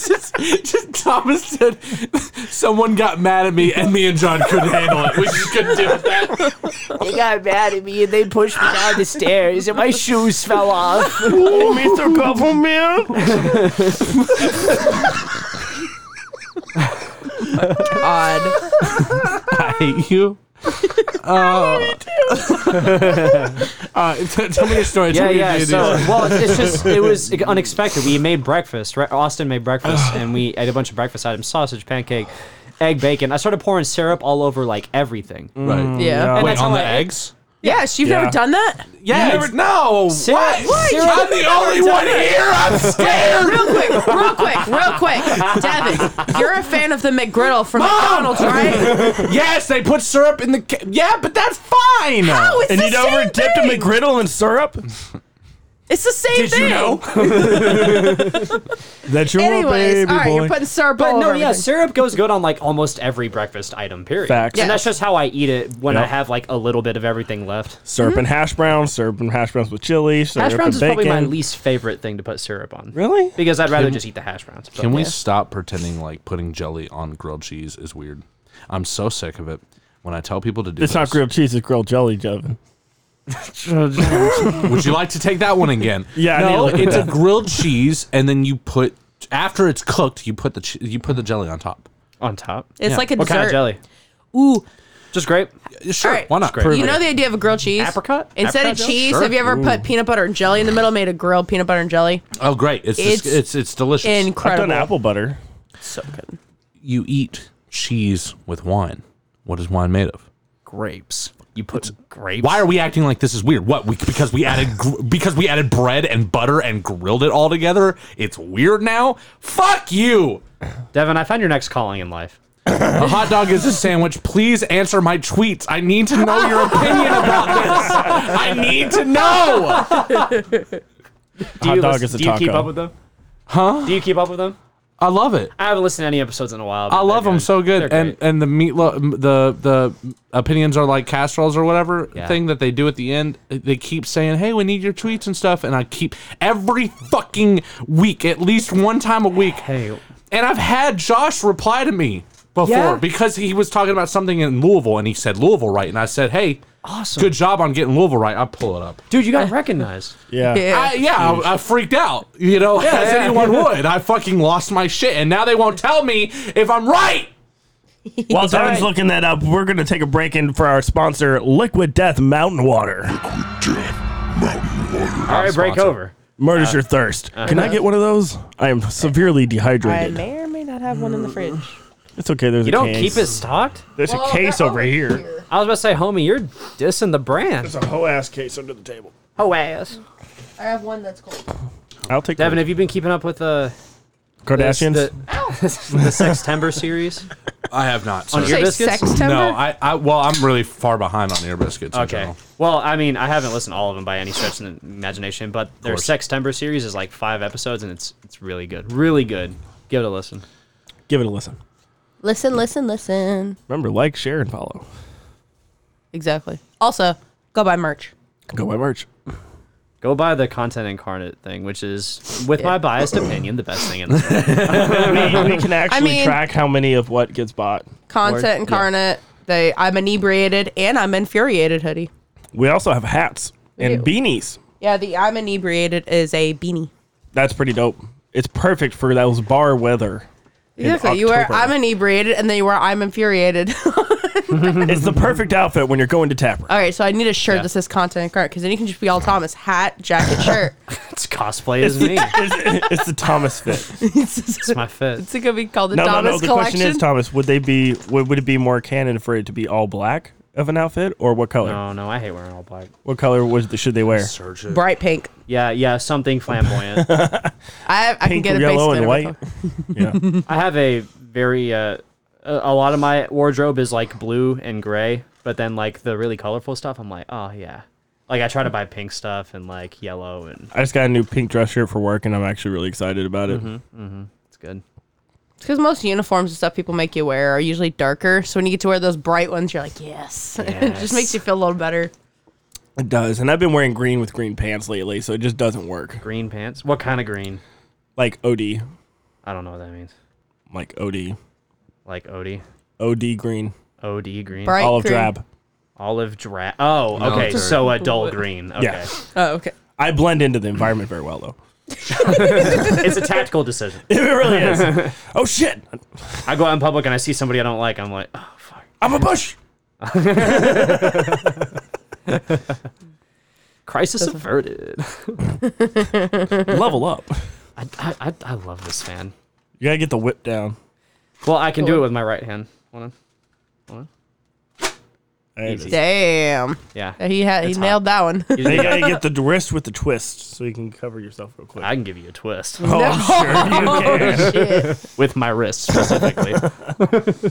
S1: Just Thomas said someone got mad at me, and me and John couldn't handle it. We just couldn't do it.
S4: they got mad at me and they pushed me down the stairs and my shoes fell off.
S5: Mr. Government.
S2: Odd.
S1: I hate you. <laughs> Uh, t- tell me your story.
S4: Yeah,
S1: tell me
S4: yeah.
S1: Your
S4: So,
S1: DDs.
S4: well, it's just it was unexpected. We made breakfast. Right? Austin made breakfast, and we ate a bunch of breakfast items: sausage, pancake, egg, bacon. I started pouring syrup all over like everything.
S1: right.
S2: Yeah.
S4: And
S1: Wait,
S4: that's
S1: on
S4: how
S1: the
S4: I-
S1: eggs?
S2: Yes, you've
S5: Yeah.
S2: never done that.
S1: Yeah. no.
S4: Syrup-
S1: what?
S4: syrup-
S1: I'm the only one here. I'm
S4: <laughs>
S1: scared.
S2: Real quick, real quick, real quick, Devin, you're a fan of the McGriddle from McDonald's, right?
S1: yes, they put syrup in the. Ca- yeah, but that's fine.
S2: No, it's
S5: And
S2: the
S5: you
S2: same
S5: never dipped a
S2: thing.
S5: McGriddle in syrup?
S2: It's the same thing.
S5: <laughs> That's your
S2: Anyways,
S5: baby
S2: all right,
S5: boy.
S2: you're putting syrup
S4: But
S2: all
S4: no,
S2: over
S4: yeah,
S2: everything.
S4: syrup goes good on like almost every breakfast item. Period.
S5: Facts.
S4: And that's
S2: Yeah.
S4: just how I eat it when I
S5: Yep.
S4: have like a little bit of everything left.
S5: syrup and hash browns, syrup and hash browns with chili, syrup
S4: Hash browns is
S5: and bacon.
S4: probably my least favorite thing to put syrup on.
S5: Really?
S4: Because I'd rather just eat the hash browns. but-
S1: Can we stop pretending like putting jelly on grilled cheese is weird? I'm so sick of it. When I tell people to do
S5: It's
S1: this,
S5: not grilled cheese, it's grilled jelly, Jevin.
S1: Would you like to take that one again?
S5: <laughs> Yeah, I need to
S1: no,
S5: look at
S1: it's a
S5: that.
S1: grilled cheese, and then you put after it's cooked, you put the che- you put the jelly on top.
S4: on top.
S2: It's
S1: Yeah.
S2: like a
S4: what
S2: dessert.
S4: kind of jelly?
S2: Ooh,
S4: Just grape.
S1: Sure,
S2: All right.
S1: why not?
S4: Great.
S2: you know the idea of a grilled cheese?
S4: Apricot?
S2: Instead
S4: Apricot
S2: of
S4: jelly?
S2: cheese,
S1: Sure.
S2: have you ever put peanut butter and jelly in the middle? Made a grilled peanut butter and jelly.
S1: Oh, great! It's it's
S2: It's
S1: it's, it's, delicious.
S5: I've
S2: Incredible.
S5: done apple butter.
S2: So good.
S1: you eat cheese with wine. What is wine made of?
S4: Grapes. You put grapes.
S1: Why are we acting like this is weird? What? We, because we added gr- because we added bread and butter and grilled it all together. It's weird now. Fuck you.
S4: Devin, I find your next calling in life.
S1: A hot dog is a sandwich. Please answer my tweets. I need to know your opinion about this. I need to know.
S4: Do
S5: Hot
S4: you,
S5: dog
S4: listen-
S5: is a
S4: do you keep
S5: taco.
S4: up with them? Huh? Do you keep up with them?
S1: I love it.
S4: I haven't listened to any episodes in a while. but
S1: I
S4: they're
S1: love them so good.
S4: They're
S1: And
S4: great.
S1: and the meatloaf, the the opinions are like casseroles or whatever thing that they do at the end. They keep saying, "Hey, we need your tweets and stuff," and I keep every fucking week, at least one time a week.
S4: Hey.
S1: and I've had Josh reply to me before
S4: Yeah.
S1: because he was talking about something in Louisville and he said Louisville right, and I said, "Hey,
S4: Awesome.
S1: good job on getting Louisville right." I pull it up.
S4: Dude, you got recognized.
S5: Yeah.
S2: Yeah.
S1: I, yeah, I, I freaked out. You know, as anyone would. I fucking lost my shit, and now they won't tell me if I'm right.
S5: While Devin's
S4: right.
S5: looking that up, we're going to take a break in for our sponsor, Liquid Death Mountain Water.
S4: All right, break
S1: sponsor.
S4: over.
S5: Murders your thirst.
S4: uh-huh.
S5: Can I get one of those? I am severely
S2: I
S5: dehydrated.
S2: may or may not have one in the fridge.
S5: It's okay. There's
S4: You
S5: a
S4: don't
S5: case.
S4: keep it stocked?
S5: There's a case over here.
S4: I was about to say, homie, you're dissing the brand.
S5: a whole ass case under the table.
S4: Oh, ass.
S2: I have one that's cold.
S5: I'll take
S4: Devin,
S5: the
S4: have you been keeping up with uh, this-
S5: Kardashians.
S4: the, the <laughs> September series?
S1: I have not.
S4: On
S1: sir.
S4: your-
S2: Say
S4: biscuits?
S2: Sextember?
S1: no, I, I. Well, I'm really far behind on ear biscuits. in
S4: Okay.
S1: general.
S4: Well, I mean, I haven't listened to all of them by any stretch of the imagination, but their
S1: course.
S4: Sextember series is like five episodes, and it's it's really good. Really good. Give it a listen.
S5: Give it a listen.
S2: listen, listen, listen.
S5: Remember, like, share, and follow.
S2: Exactly. Also, go buy merch.
S5: Go buy <laughs> merch.
S4: Go buy the content incarnate thing, which is, with my
S2: Yeah.
S4: biased opinion, the best thing in the world.
S5: we, we can actually
S2: mean-
S5: track how many of what gets bought.
S2: Content incarnate. They I'm inebriated and I'm infuriated hoodie.
S5: We also have hats and
S2: do.
S5: beanies.
S2: Yeah, the I'm inebriated is a beanie.
S5: That's pretty dope. It's perfect for those bar weather. in
S2: Exactly. You wear
S5: October.
S2: I'm inebriated and then you wear I'm infuriated. <laughs>
S5: it's the perfect outfit when you're going to Tapper.
S2: all right, so I need a shirt that says content incarnate because then you can just be all Thomas hat, jacket, shirt.
S4: <laughs> It's cosplay as me.
S5: <laughs> it's, it's the Thomas fit.
S2: <laughs> it's
S4: <laughs> <laughs>
S2: just,
S4: It's my fit.
S2: it's gonna be called the
S5: No, no,
S2: Thomas
S5: no. The
S2: collection.
S5: question is, Thomas, would they be? Would, would it be more canon for it to be all black of an outfit, or what color?
S4: No, no, I hate wearing all black.
S5: What color was the, should they wear?
S1: Search it.
S2: Bright pink.
S4: Yeah, yeah, something flamboyant.
S2: I I
S5: Pink,
S2: can get a
S5: yellow,
S2: basement
S5: and
S2: of
S5: white. <laughs> yeah.
S2: <laughs>
S4: I have a very uh, a a lot of my wardrobe is like blue and gray, but then like the really colorful stuff, I'm like, oh yeah. Like I try to buy pink stuff and like yellow and
S5: I just got a new pink dress shirt for work, and I'm actually really excited about it.
S4: it's good.
S2: Because most uniforms and stuff people make you wear are usually darker. So when you get to wear those bright ones, you're like, yes. <laughs> it
S4: Yes.
S2: just makes you feel a little better.
S5: It does, and I've been wearing green with green pants lately, so it just doesn't work.
S4: Green pants. What kind of green?
S5: Like OD,
S4: I don't know what that means.
S5: like OD,
S4: Like OD.
S5: OD green,
S4: OD green.
S2: Bright
S5: olive
S2: green.
S5: drab.
S4: Olive drab. Oh, okay.
S1: Military.
S4: So a dull green. Okay.
S5: Yeah.
S2: Oh, okay.
S5: I blend into the environment very well, though. <laughs>
S4: It's a tactical decision.
S5: it
S2: <laughs>
S5: really is. oh shit!
S4: I go out in public and I see somebody I don't like. I'm like, oh, fuck.
S5: I'm a bush.
S4: Crisis averted.
S5: Level up.
S4: I, I, I, I love this fan.
S5: You gotta get the whip down.
S4: Well, I can do it with my right hand. Hold on.
S5: There it
S4: Easy.
S5: is.
S2: Damn.
S4: Yeah.
S2: Uh, He had he
S4: It's hot.
S2: nailed that one.
S5: They
S2: <laughs>
S5: gotta get the wrist with the twist so you can cover yourself real quick.
S4: I can give you a twist
S2: <laughs>
S5: oh, I'm sure you can.
S2: Shit.
S4: with my wrist specifically.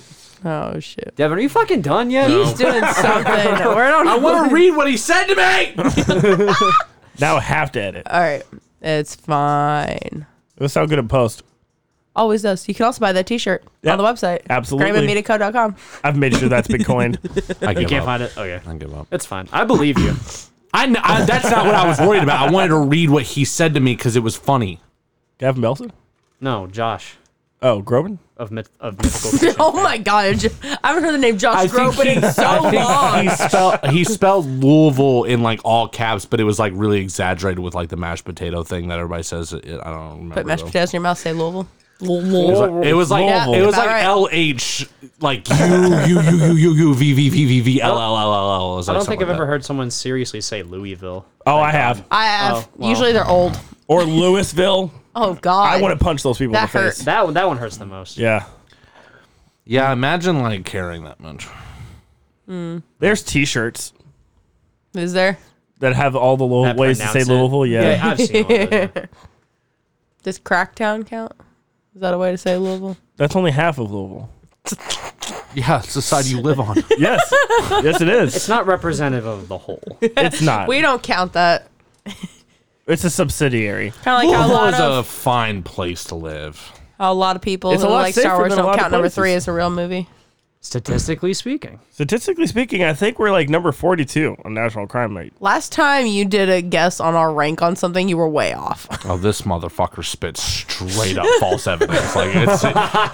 S2: <laughs> Oh shit.
S4: Devin, are you fucking done yet?
S2: He's doing <laughs> something. We're on.
S1: I want to read what he said to me.
S5: Now I have to edit.
S2: All right. It's fine.
S5: It'll sound good in post.
S2: Always does. You can also buy that T-shirt
S5: Yeah,
S2: on the website.
S5: absolutely.
S2: GrahamandMediaCo.com.
S5: I've made sure that's been coined.
S1: I give
S4: You can't
S1: up.
S4: find it. Okay,
S1: I give up.
S4: it's fine. I believe you.
S1: I, kn- I- that's not what I was worried about. I wanted to read what he said to me because it was funny.
S5: Gavin Belson?
S4: No, Josh
S5: Oh, Groban?
S4: of myth of mythical. Creatures.
S2: <laughs> Oh my god! I haven't heard the name Josh Groban in so long.
S1: he spelled he spelled Louisville in like all caps, but it was like really exaggerated with like the mashed potato thing that everybody says. It, I don't remember.
S2: <laughs> Put mashed
S1: though.
S2: potatoes in your mouth. Say Louisville.
S1: It was like- It was like
S2: Yeah,
S1: it was like
S2: about right.
S1: L H like U U U U U U V V V V V L L L L L. It was
S4: I
S1: like
S4: don't think
S1: something
S4: I've
S1: like
S4: ever
S1: that.
S4: heard someone seriously say Louisville.
S5: Oh, I have.
S2: I have.
S4: Oh, wow.
S2: Usually they're old.
S5: Or Louisville.
S2: <laughs> Oh god.
S5: I want to punch those people
S2: That
S5: in the
S2: hurt.
S5: face.
S4: That one, that one hurts the most.
S5: Yeah.
S1: Yeah, imagine like carrying that much.
S5: There's t shirts
S2: Is there?
S5: that have all the little
S4: That
S5: ways to say
S4: pronounce it.
S5: Louisville. Yeah.
S4: Yeah, I've seen one. of those, <laughs> yeah.
S2: Does Cracktown count? Is that a way to say Louisville?
S5: That's only half of Louisville.
S1: Yeah, it's the side you live
S4: <laughs>
S1: on.
S5: Yes. yes, it is.
S4: It's not representative of the whole.
S5: It's not.
S2: We don't count that.
S5: It's a subsidiary.
S2: Kind of like how a
S1: Louisville
S2: lot
S1: is
S2: of
S1: a fine place to live.
S2: how a lot of people
S5: It's
S2: who
S5: a lot
S2: like Star
S5: safer
S2: Wars
S5: than a
S2: don't
S5: lot of
S2: count number
S5: places.
S2: three as a real movie.
S4: <laughs> Statistically speaking,
S5: Statistically speaking, I think we're like number 42 on national crime rate.
S2: Last time you did a guess on our rank on something, you were way off. <laughs>
S1: Oh, this motherfucker spits straight up false evidence. Like it's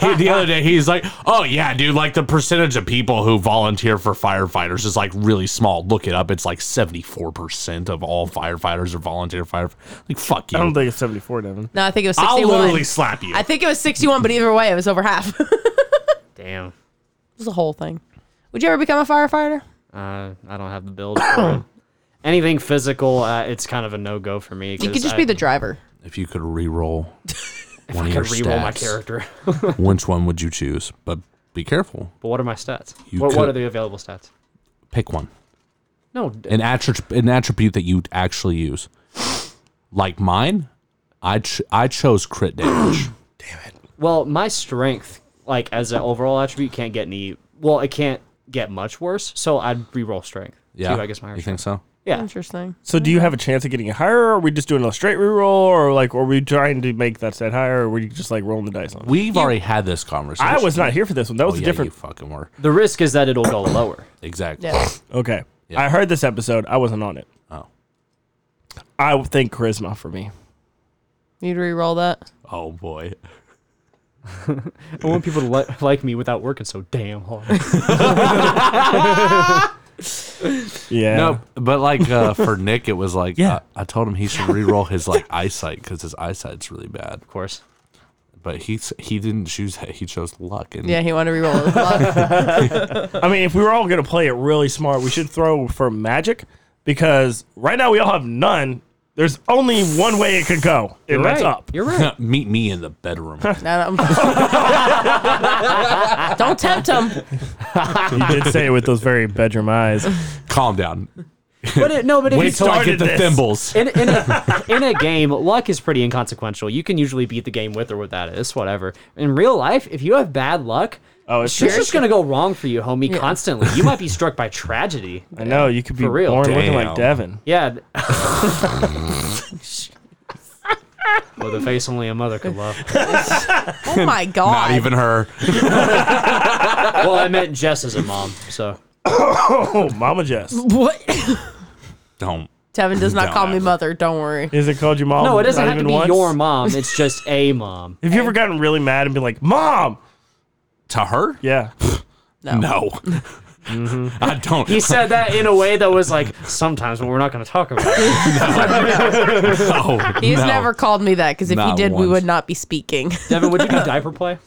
S1: he, the other day, he's like, "Oh yeah, dude, like the percentage of people who volunteer for firefighters is like really small. Look it up. It's like seventy four percent of all firefighters are volunteer fire. Like fuck
S5: I
S1: you.
S4: Oh,
S5: don't think it's 74, Devin.
S2: No, I think it was
S1: I'll
S2: 61.
S1: literally slap you.
S2: I think it was 61, but either way, it was over half. <laughs> it
S4: damn.
S2: was the whole thing. Would you ever become a firefighter?
S4: <coughs> Uh, I don't have the build. For it. anything physical, uh, it's kind of a no go for me.
S2: You could just be the driver.
S1: If you could
S4: <laughs>
S1: re-roll one of
S4: I
S1: your
S4: could reroll my
S1: stats,
S4: character. <laughs>
S1: which one would you choose? But be careful.
S4: But what are my stats?
S1: You
S4: what, what
S1: could-
S4: are the available stats?
S1: Pick one.
S4: No, d-
S1: An attribute, an attribute that you actually use. Like mine, I ch- I chose crit damage.
S4: well, my strength, like as an overall attribute, can't get any. Well, it can't get much worse. So I'd reroll strength.
S1: yeah,
S4: too, I guess my
S1: you think so?
S4: yeah.
S2: Interesting.
S5: So do you have a chance of getting it higher, or are we just doing a straight reroll, or like are we trying to make that set higher, or are we just like rolling the dice on? it?
S1: We've already had this conversation.
S5: I was not here for this one. That
S1: Oh,
S5: was a
S1: yeah,
S5: different.
S1: You fucking were
S4: The risk is that it'll go lower.
S1: exactly.
S2: Yeah.
S5: Okay, I heard this episode. I wasn't on it.
S1: Oh,
S5: I would think charisma for me.
S2: Need to re-roll that.
S1: oh boy.
S4: I want people to li- like me without working so damn <laughs> hard.
S5: Yeah.
S1: No, but like uh, for Nick, it was like
S5: Yeah.
S1: uh, I told him he should re-roll his like eyesight because his eyesight's really bad.
S4: Of course.
S1: But he s- he didn't choose that. He chose luck. And
S2: Yeah, he wanted to re-roll his
S1: <laughs>
S2: luck.
S5: I mean, if we were all gonna play it really smart, we should throw for magic because right now we all have none. There's only one way it could go, and that's up.
S4: You're
S1: <laughs>
S4: right.
S1: meet me in the bedroom.
S2: Now I'm- <laughs> Don't tempt him.
S5: You did say it with those very bedroom eyes.
S1: Calm down.
S4: But it, no, but if
S1: Wait
S4: you
S1: till <laughs> I get
S5: started
S1: the
S5: this.
S1: thimbles.
S4: in, in, a, in a game, luck is pretty inconsequential. You can usually beat the game with or without it. It's whatever. In real life, if you have bad luck,
S5: Oh, it's
S4: it's just gonna go wrong for you, homie. Constantly, you might be struck by <laughs> tragedy.
S5: I know you could be
S4: For real.
S5: born looking
S1: Damn.
S5: like Devin.
S4: Yeah. <laughs> th- well, the face only a mother could love.
S2: Oh my
S1: <laughs>
S2: god.
S1: Not even her.
S4: Well, I meant Jess as a mom. So
S5: Oh, Mama Jess.
S1: <laughs>
S2: What?
S1: Don't.
S2: Tevin does not
S1: Don't
S2: call me
S1: ever.
S2: mother. Don't worry.
S5: Is it called your mom?
S4: no, it doesn't
S5: Not
S4: have to
S5: even
S4: be
S5: once?
S4: your mom. It's just a mom.
S5: Have you ever gotten really mad and been like, "Mom"?
S1: To her?
S5: Yeah.
S4: Oh,
S1: No.
S2: Mm-hmm.
S1: <laughs> I don't.
S4: He said that in a way that was like sometimes, but we're not going to talk about. it.
S2: <laughs>
S1: no.
S2: He has
S1: no.
S2: never called me that because if he
S1: Not
S2: did, we
S1: once.
S2: would not
S1: <laughs>
S2: be speaking.
S4: Devin, would you do diaper play?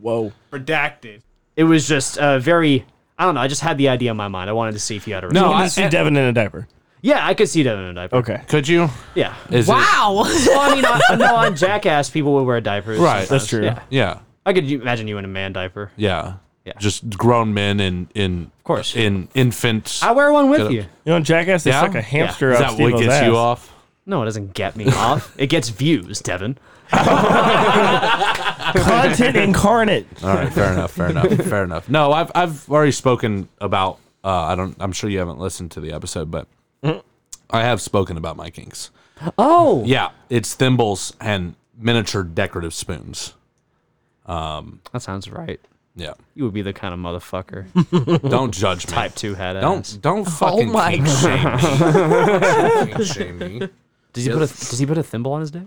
S5: Whoa.
S3: Redacted.
S4: It was just uh, very. I don't know. I just had the idea in my mind. I wanted to see if you had a.
S1: No,
S5: I
S1: I,
S5: see Devin in a diaper.
S4: Yeah, I could see Devin in a diaper.
S5: Okay.
S1: could you?
S4: Yeah.
S1: Is it-
S2: wow.
S4: Well, I mean, on, no, on Jackass, people would wear diapers.
S1: Right.
S5: That's true.
S4: Yeah.
S1: Yeah.
S4: I could imagine you in a man diaper.
S1: Yeah.
S4: Yeah.
S1: Just grown men in in of
S4: course.
S1: in infants.
S4: I wear one with
S1: Get up.
S4: you.
S5: You know, in Jackass, they
S1: Yeah?
S5: suck a hamster
S1: Is
S5: up
S1: that what
S5: Steve-O's
S1: gets
S5: ass.
S1: you off?
S4: No, it doesn't get me <laughs> off. It gets views, Devin.
S5: Content incarnate.
S1: All right, fair enough, fair enough, fair enough. No, I've I've already spoken about. Uh, I don't. I'm sure you haven't listened to the episode, but I have spoken about my kinks.
S4: Oh.
S1: Yeah, it's thimbles and miniature decorative spoons.
S4: That sounds right.
S1: Yeah,
S4: You would be the kind of <laughs> motherfucker.
S1: don't judge me.
S4: Type 2 head ass.
S1: Don't don't
S2: <laughs>
S1: fucking
S2: Oh my
S1: kink shame me. Kink shame me.
S4: Does he, put a, does he put a thimble on his dick?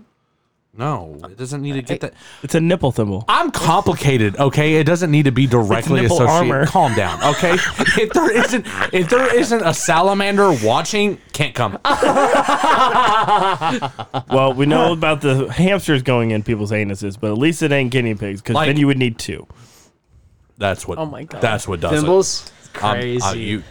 S1: No, it doesn't need to get that.
S5: It's a nipple thimble.
S1: I'm complicated, okay? It doesn't need to be directly
S5: nipple
S1: associated. <laughs>
S5: armor.
S1: Calm down, okay? if there isn't, if there isn't a salamander watching, can't come.
S5: Well, we know about the hamsters going in people's anuses, but at least it ain't guinea pigs because
S1: Like-
S5: then you would need two.
S1: That's what.
S2: Oh my God.
S1: That's what does it.
S4: Thimbles?
S1: Um, uh,
S4: Crazy.
S1: you,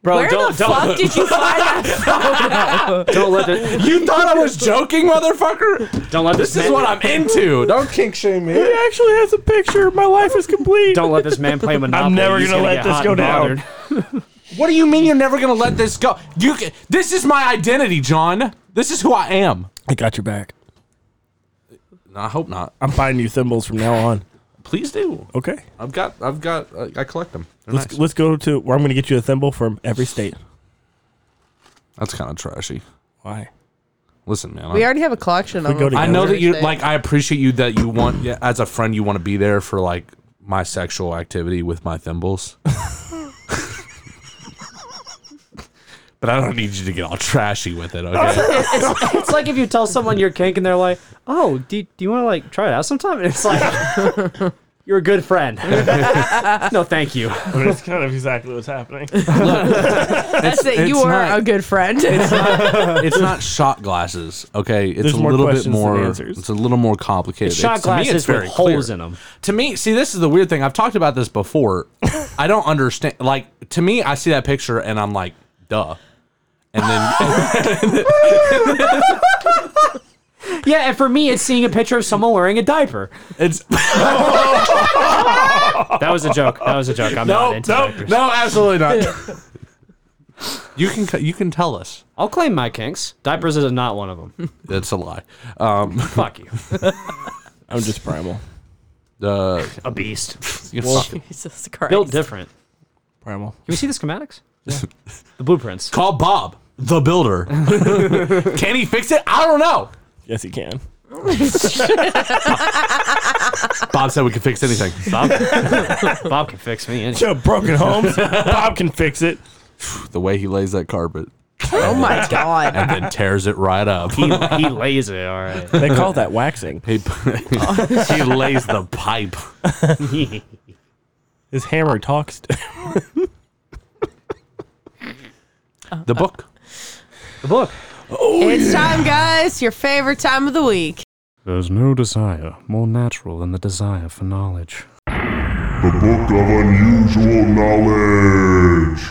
S4: Bro,
S2: Where
S4: don't,
S2: the
S4: don't,
S2: fuck did you find that?
S4: <laughs> don't let the,
S1: you thought I was joking, motherfucker?
S4: don't let this,
S1: This is
S4: man,
S1: what
S4: <laughs>
S1: I'm into. Don't kink shame me.
S5: It actually has a picture. My life is complete.
S4: don't let this man <laughs> play Monopoly.
S5: never
S4: He's
S5: gonna let
S4: get
S5: this
S4: hot
S5: go
S4: and
S5: down.
S4: bothered.
S1: What do you mean you're never gonna let this go? You. ca- This is my identity, John. This is who I am.
S5: I got your back.
S1: No, I hope not.
S5: I'm buying you thimbles from now on.
S1: Please do.
S5: Okay.
S1: I've got. I've got. I, I collect them. They're
S5: Let's
S1: nice.
S5: let's go to where I'm going to get you a thimble from every state.
S1: That's kind of trashy.
S5: <laughs> Why?
S1: Listen, man.
S2: We
S1: I,
S2: already have a collection.
S5: we
S2: on
S5: go
S1: I
S5: together-
S1: know that you
S2: Thursday.
S1: like. I appreciate you that you want yeah, as a friend. You want to be there for like my sexual activity with my thimbles. <laughs> but I don't need you to get all trashy with it. Okay.
S4: <laughs>
S5: <laughs>
S4: it's, it's like if you tell someone you're kink and they're like, "Oh, do, do you want to like try it out sometime?" And it's like, <laughs> "You're a good <laughs> friend." no, thank you.
S5: That's kind of exactly what's <laughs> happening.
S2: That's it. You
S1: it's
S2: are
S1: not-
S2: a good friend.
S1: it's not shot glasses. Okay, it's
S5: There's
S1: a
S5: more
S1: little bit
S5: questions than
S1: more.
S5: answers.
S1: It's a little more complicated.
S4: Shot
S1: It's- to me, it's
S4: glasses
S1: very
S4: with holes
S1: clear.
S4: in them.
S1: To me, see, this is the weird thing. I've talked about this
S5: <laughs>
S1: before. I don't understand. Like to me, I see that picture and I'm like, duh. and
S5: <laughs>
S1: then
S4: Yeah, and for me, it's seeing a picture of someone wearing a diaper.
S1: it's
S4: That was a joke. That was a joke. I'm
S1: no,
S4: not into
S1: no,
S4: diapers.
S1: no, absolutely not. you can c- you can tell us
S4: I'll claim my kinks. Diapers is not one of <laughs> them.
S1: it's a lie. Um,
S4: Fuck you.
S6: I'm just primal.
S1: uh,
S4: A beast.
S1: you fucking-
S2: <laughs> Jesus Christ.
S4: Built different.
S6: Primal.
S4: Can we see the schematics? <laughs> the blueprints.
S1: call Bob the <laughs> builder. can he fix it? I don't know.
S6: Yes, he can.
S1: Bob said we could fix anything. <laughs>
S4: Bob, Bob can <laughs> fix me. any-
S5: Joe, broken <laughs> homes. Bob can fix it.
S1: The way he lays that carpet
S2: Oh my god.
S1: and then tears it right up.
S4: He, he lays it. All right.
S6: They call that waxing.
S1: <laughs> He, <laughs> he lays the pipe.
S5: His hammer talks. To- <laughs>
S1: The book.
S4: The book.
S2: it's time, guys. Your favorite time of the week.
S4: There's no desire more natural than the desire for knowledge.
S7: The Book of Unusual Knowledge.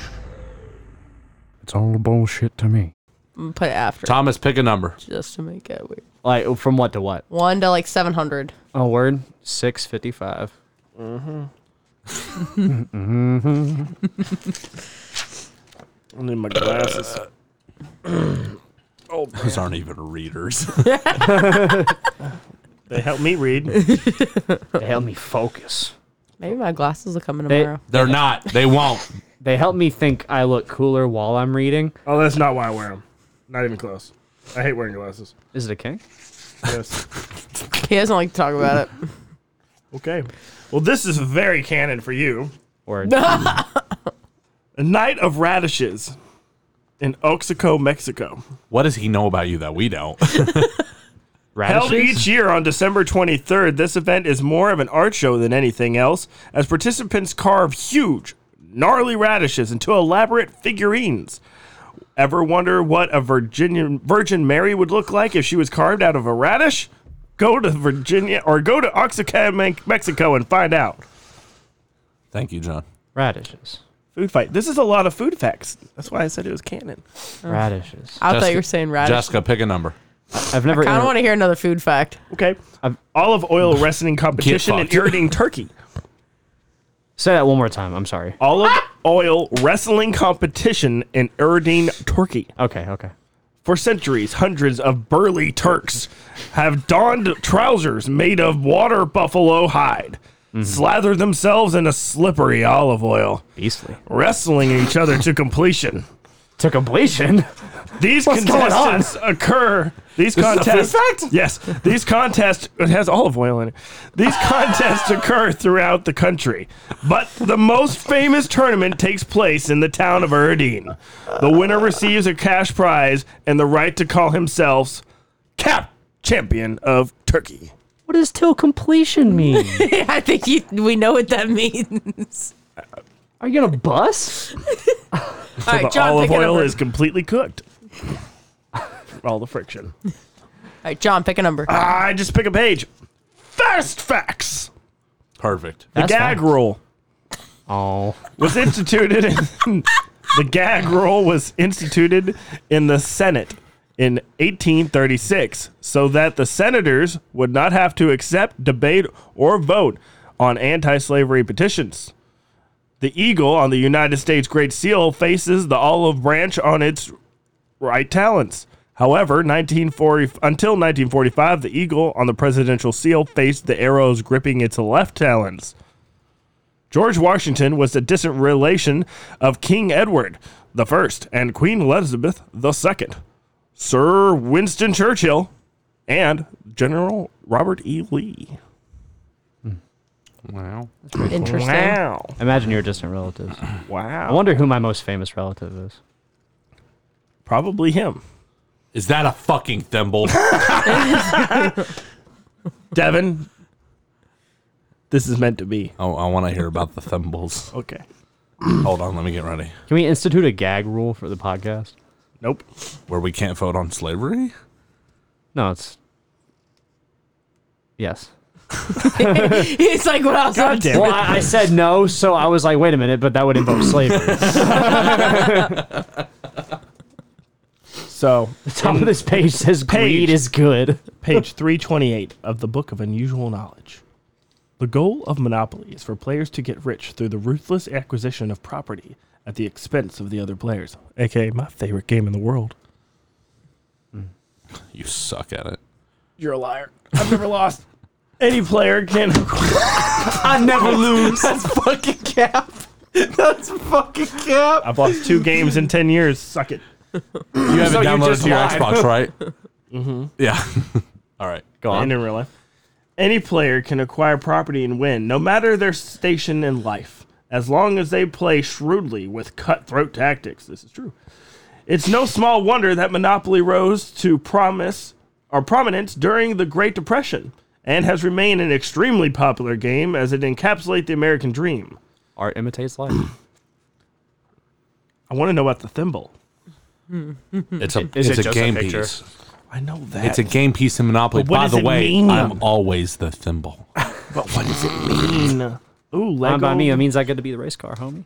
S4: It's all bullshit to me.
S2: I'm gonna put it after
S1: Thomas, pick a number.
S2: just to make it weird.
S4: Like from what to what?
S2: One to like 700.
S4: Oh, word. Six fifty-five.
S5: I need my glasses.
S1: Those aren't even readers.
S5: They help me read.
S4: They help me focus.
S2: Maybe my glasses will come in
S4: They-
S2: tomorrow.
S1: <laughs> They're not. They won't.
S4: They help me think I look cooler while I'm reading.
S5: Oh, that's not why I wear them. Not even close. I hate wearing glasses.
S4: Is it a kink?
S5: Yes.
S2: He doesn't like to talk about it.
S5: okay. Well, this is very canon for you.
S4: Or
S5: A night of radishes in Oaxaco, Mexico.
S1: What does he know about you that we don't? <laughs>
S5: Held
S4: radishes?
S5: each year on December 23rd, this event is more of an art show than anything else, as participants carve huge, gnarly radishes into elaborate figurines. Ever wonder what a Virginian Virgin Mary would look like if she was carved out of a radish? Go to Virginia or go to Oaxaca, Me- Mexico, and find out.
S1: Thank you, John.
S4: Radishes.
S5: Food fight. This is a lot of food facts. That's why I said it was canon.
S4: Radishes.
S2: I thought
S1: Jessica-
S2: you were saying radish.
S1: Jessica, pick a number.
S4: I've never.
S2: I don't
S4: inter-
S2: want to hear another food fact. <laughs>
S5: Okay. Olive oil wrestling competition and
S1: fucked.
S5: irritating turkey.
S4: Say that one more time. I'm sorry.
S5: olive oil wrestling competition in Erdine, Turkey.
S4: Okay, okay.
S5: For centuries, hundreds of burly Turks have donned trousers made of water buffalo hide, slather themselves in a slippery olive oil,
S4: Beastly.
S5: wrestling each other to completion.
S4: To <laughs> completion.
S5: These
S4: What's going on?
S5: contestants occur. These contests. Yes, these contests. It has olive oil in it. These
S2: <laughs>
S5: contests occur throughout the country, but the most famous tournament takes place in the town of Erdine. The winner receives a cash prize and the right to call himself cap champion of Turkey.
S4: What does till completion mean?
S2: I think you, we know what that means.
S4: <laughs>
S2: <laughs>
S4: Are you gonna bust?
S2: All right,
S5: The
S2: John,
S5: olive
S2: pick a
S5: oil
S2: number.
S5: is completely cooked. All the friction.
S2: All right, John, pick a number.
S5: I just pick a page. Fast facts.
S1: Perfect.
S5: The
S4: That's
S5: gag
S4: facts.
S5: rule.
S4: Oh.
S5: was instituted in <laughs> the gag rule was instituted in the Senate in 1836 so that the senators would not have to accept, debate, or vote on anti-slavery petitions. The eagle on the United States Great Seal faces the olive branch on its right talons. However, 1940, until 1945, the eagle on the presidential seal faced the arrows gripping its left talons. George Washington was a distant relation of King Edward the First and Queen Elizabeth the Second, Sir Winston Churchill, and General Robert E. Lee.
S1: Wow.
S2: Interesting.
S5: <laughs> Wow.
S4: Imagine your distant relatives. I
S5: Wow.
S4: wonder who my most famous relative is.
S5: Probably him.
S1: Is that a fucking thimble?
S5: Devin. This is meant to be.
S1: oh, I want to hear about the <laughs> thimbles.
S5: Okay.
S1: Hold on, let me get ready.
S4: Can we institute a gag rule for the podcast?
S5: Nope.
S1: Where we can't vote on slavery?
S4: No, it's. Yes.
S2: He's like, what else?
S5: God damn
S4: Well,
S5: it.
S4: I, I said no, so <laughs> I was like, wait a minute, but that would invoke slavery.
S5: So,
S4: Top of this page says
S5: Page.
S4: greed is good.
S5: page 328 of the Book of Unusual Knowledge. The goal of Monopoly is for players to get rich through the ruthless acquisition of property at the expense of the other players, aka my favorite game in the world.
S1: You suck at it.
S5: You're a liar. I've never lost. <laughs> Any player can. <laughs>
S4: I never lose.
S1: Fucking cap. That's fucking cap.
S5: I've lost two games in 10 years. Suck it.
S1: You haven't
S4: you
S1: downloaded
S4: just
S1: to your
S4: lied.
S1: Xbox, right? <laughs> mm-hmm. Yeah. <laughs> All right.
S4: Go
S5: and
S4: on.
S5: in real life. Any player can acquire property and win, no matter their station in life, as long as they play shrewdly with cutthroat tactics. This is true. It's no small wonder that Monopoly rose to promise or prominence during the Great Depression and has remained an extremely popular game as it encapsulates the American dream.
S4: Art imitates life.
S5: I want to know about the thimble.
S1: It's a
S4: Is it
S1: it's a
S4: just a
S1: game
S4: picture?
S1: piece.
S5: I know that.
S1: It's a game piece in Monopoly.
S5: But what
S1: By
S5: does
S1: the
S5: it
S1: way,
S5: mean?
S1: I'm always the thimble.
S5: but what does it mean? Ooh, Lego.
S4: Not by me. It means I get to be the race car, homie.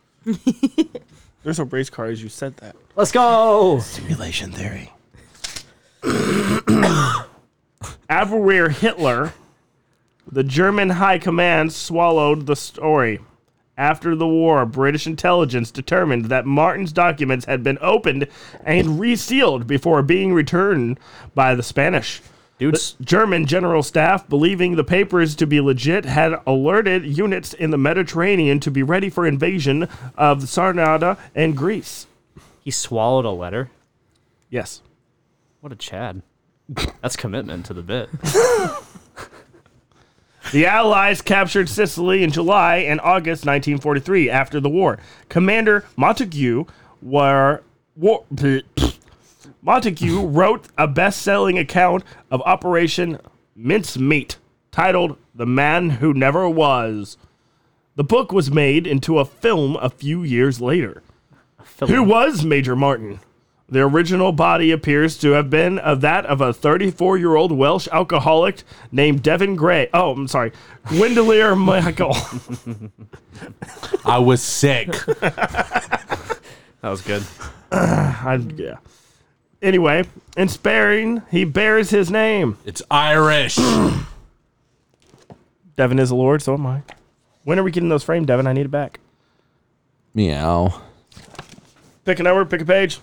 S5: There's no race car as you said that.
S4: Let's go.
S5: Simulation theory. Averwehr Hitler, the German high command swallowed the story. After the war, British intelligence determined that Martin's documents had been opened and resealed before being returned by the Spanish.
S4: Dude's
S5: German general staff, believing the papers to be legit, had alerted units in the Mediterranean to be ready for invasion of Sarnada and Greece.
S4: he swallowed a letter.
S5: Yes.
S4: What a Chad. That's commitment to the bit.
S5: The Allies captured Sicily in July and August 1943 after the war. Commander Montague were. War, <laughs> Montague wrote a best selling account of Operation Mincemeat titled The Man Who Never Was. The book was made into a film a few years later. Who was Major Martin? The original body appears to have been of that of a 34 year old Welsh alcoholic named Devin Gray. Oh, I'm sorry. Gwendolier Michael.
S1: I was <laughs> sick.
S4: <laughs> That was
S5: <sighs>
S4: good.
S5: I, yeah. Anyway, in sparing, he bears his name.
S1: It's <laughs> Irish.
S5: Devin is a lord, so am I. When are we getting those framed, Devin? I need it back.
S1: Meow.
S5: Pick a number, pick a page.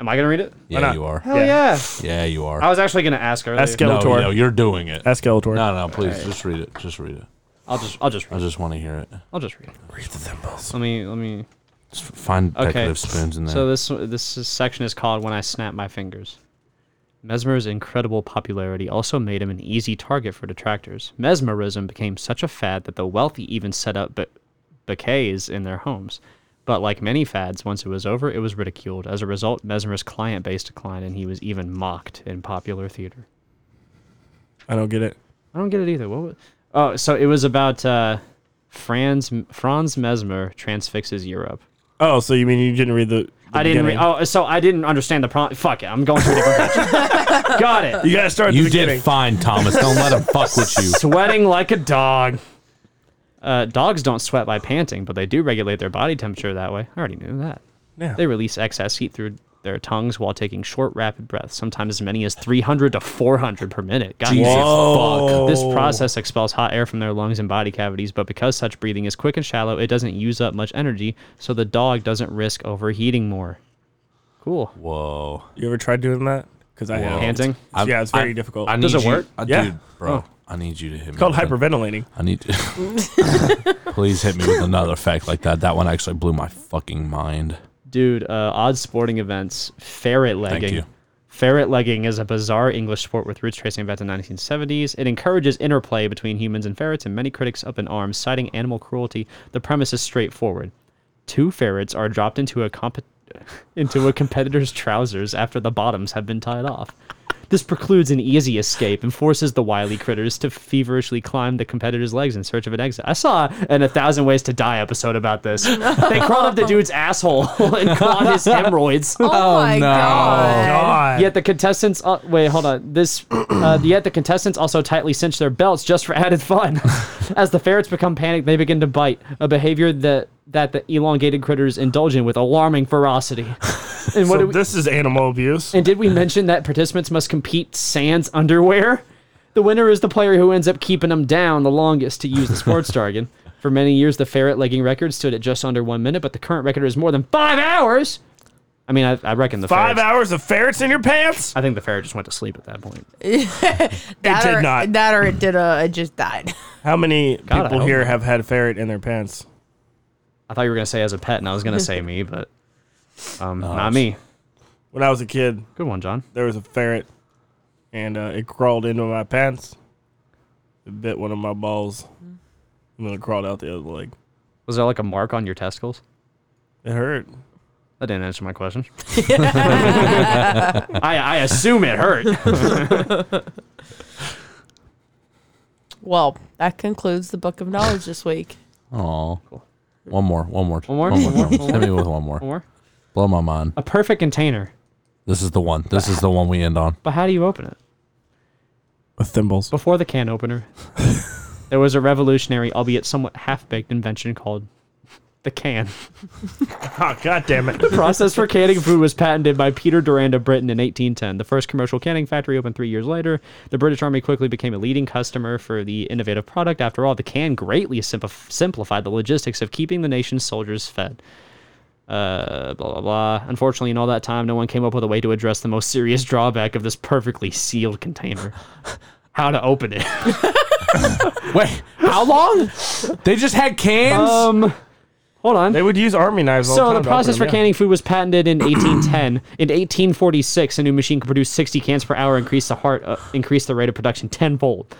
S4: Am I gonna read it?
S1: Yeah,
S5: not?
S1: you <laughs> are.
S4: Hell Oh, yeah.
S1: Yeah, you are.
S4: I was actually gonna ask earlier.
S5: Ask
S1: no,
S5: Skeletor.
S1: no, you're doing it.
S5: Ask Skeletor.
S1: No, no, please, just read it. Just read it.
S4: I'll just I'll just
S1: I
S4: read.
S1: just want to hear it.
S4: I'll just read. it.
S1: Read the thimbles.
S4: Let me let me.
S1: Just find
S4: Okay.
S1: decorative spoons in there.
S4: So this this is- section is called "When I Snap My Fingers." Mesmer's incredible popularity also made him an easy target for detractors. Mesmerism became such a fad that the wealthy even set up bu- bouquets in their homes. But like many fads, once it was over, it was ridiculed. As a result, Mesmer's client base declined, and he was even mocked in popular theater.
S5: I don't get it.
S4: I don't get it either. What? Was, oh, so it was about uh, Franz Franz Mesmer transfixes Europe.
S5: Oh, so you mean you didn't read the. the
S4: I didn't. Re-
S5: beginning.
S4: oh, so I didn't understand the prompt. Fuck it. I'm going to a different
S5: <laughs>
S4: page. Got it.
S5: You gotta start at the
S1: you
S5: beginning.
S1: did fine, Thomas. Don't let him fuck with
S4: <laughs>
S1: you.
S4: Sweating like a dog. Uh, dogs don't sweat by panting, but they do regulate their body temperature that way. I already knew that.
S5: Yeah.
S4: They release excess heat through their tongues while taking short, rapid breaths, sometimes as many as 300 to 400 per minute. God
S1: Jesus
S4: damn.
S1: fuck.
S4: This
S5: Oh.
S4: process expels hot air from their lungs and body cavities, but because such breathing is quick and shallow, it doesn't use up much energy, so the dog doesn't risk overheating more. Cool.
S1: Whoa.
S5: You ever tried doing that? Because I have.
S4: Panting.
S5: yeah, it's very
S1: I-
S5: difficult.
S1: I need
S4: Does it
S1: you-
S4: work?
S1: I-
S5: Yeah.
S1: Dude, bro, I need you to hit me.
S5: called
S1: with an-
S5: hyperventilating.
S1: I need to.
S2: <laughs>
S1: Please hit me with another fact like that. That one actually blew my fucking mind.
S4: Dude, uh, odd sporting events, ferret legging.
S1: you.
S4: Ferret legging is a bizarre English sport with roots tracing back to the 1970s. It encourages interplay between humans and ferrets, and many critics up in arms citing animal cruelty. The premise is straightforward. Two ferrets are dropped into a comp- <laughs> into a competitor's trousers after the bottoms have been tied off. This precludes an easy escape and forces the wily critters to feverishly climb the competitor's legs in search of an exit. I saw an A Thousand Ways to Die episode about this. They crawled up the dude's asshole <laughs> and clawed his hemorrhoids.
S2: Oh, my
S1: no.
S2: god.
S4: Yet the contestants, uh, wait, hold on. This, <clears throat> uh, yet the contestants also tightly cinch their belts just for <laughs> added
S5: <laughs>
S4: fun. As the ferrets become panicked, they begin to
S5: <laughs>
S4: bite, a behavior that that the elongated critters indulge in with alarming ferocity. And what
S5: so
S4: did we,
S5: this is animal abuse.
S4: and did we mention that participants must compete sans underwear? The winner is the player who ends up keeping them down the longest to use the
S5: <laughs>
S4: sports jargon. For many years, the ferret legging record stood at just under one minute, but the current record is more than five hours. I mean, I, I reckon the
S5: Five
S4: ferrets-
S5: hours of ferrets in your pants?
S4: I think the ferret just went to sleep at that point.
S2: That
S5: did
S2: or,
S5: not.
S2: That or it did a. It just died. <laughs>
S5: How many
S4: I
S5: people
S4: hope
S5: here
S4: not.
S5: have had ferret in their pants?
S4: I thought you were gonna say as a pet, and I was gonna <laughs> say me, but um, not me.
S5: When I was a kid,
S4: Good one, John.
S5: there was a ferret, and uh, it crawled into my pants. It bit one of my balls, and then it crawled out the other leg.
S4: Was there like a mark on your testicles?
S5: It hurt.
S4: That didn't answer my <laughs> question. I, I assume it hurt.
S2: Well, that concludes the book of knowledge this week.
S1: Oh. One more, one more,
S4: One more? One more, one
S1: Hit me with one more.
S4: Or
S1: Blow my mind.
S4: a perfect container,
S1: This is the one. This is the one we end on.
S4: but how do you open it?
S5: With thimbles.
S4: Before the can opener, there was a revolutionary, albeit somewhat half-baked invention called the can.
S5: <laughs> Oh, God damn it.
S4: process for canning food was patented by Peter Durand of Britain in 1810. The first commercial canning factory opened three years later. The British Army quickly became a leading customer for the innovative product. After all, the can greatly simplif- simplified the logistics of keeping the nation's soldiers fed. Uh, blah blah blah. Unfortunately, in all that time, no one came up with a way to address the most serious <laughs> drawback of this perfectly sealed container: how to open it.
S1: Wait, how long? they just had cans?
S4: um, hold on.
S5: They would use army knives all the
S4: So the
S5: time. to open
S4: process for
S5: them, yeah.
S4: canning food was patented
S5: <clears throat>
S4: in 1810. In 1846, a new machine could produce 60 cans per hour, increase the heart, uh, increase the rate of production tenfold.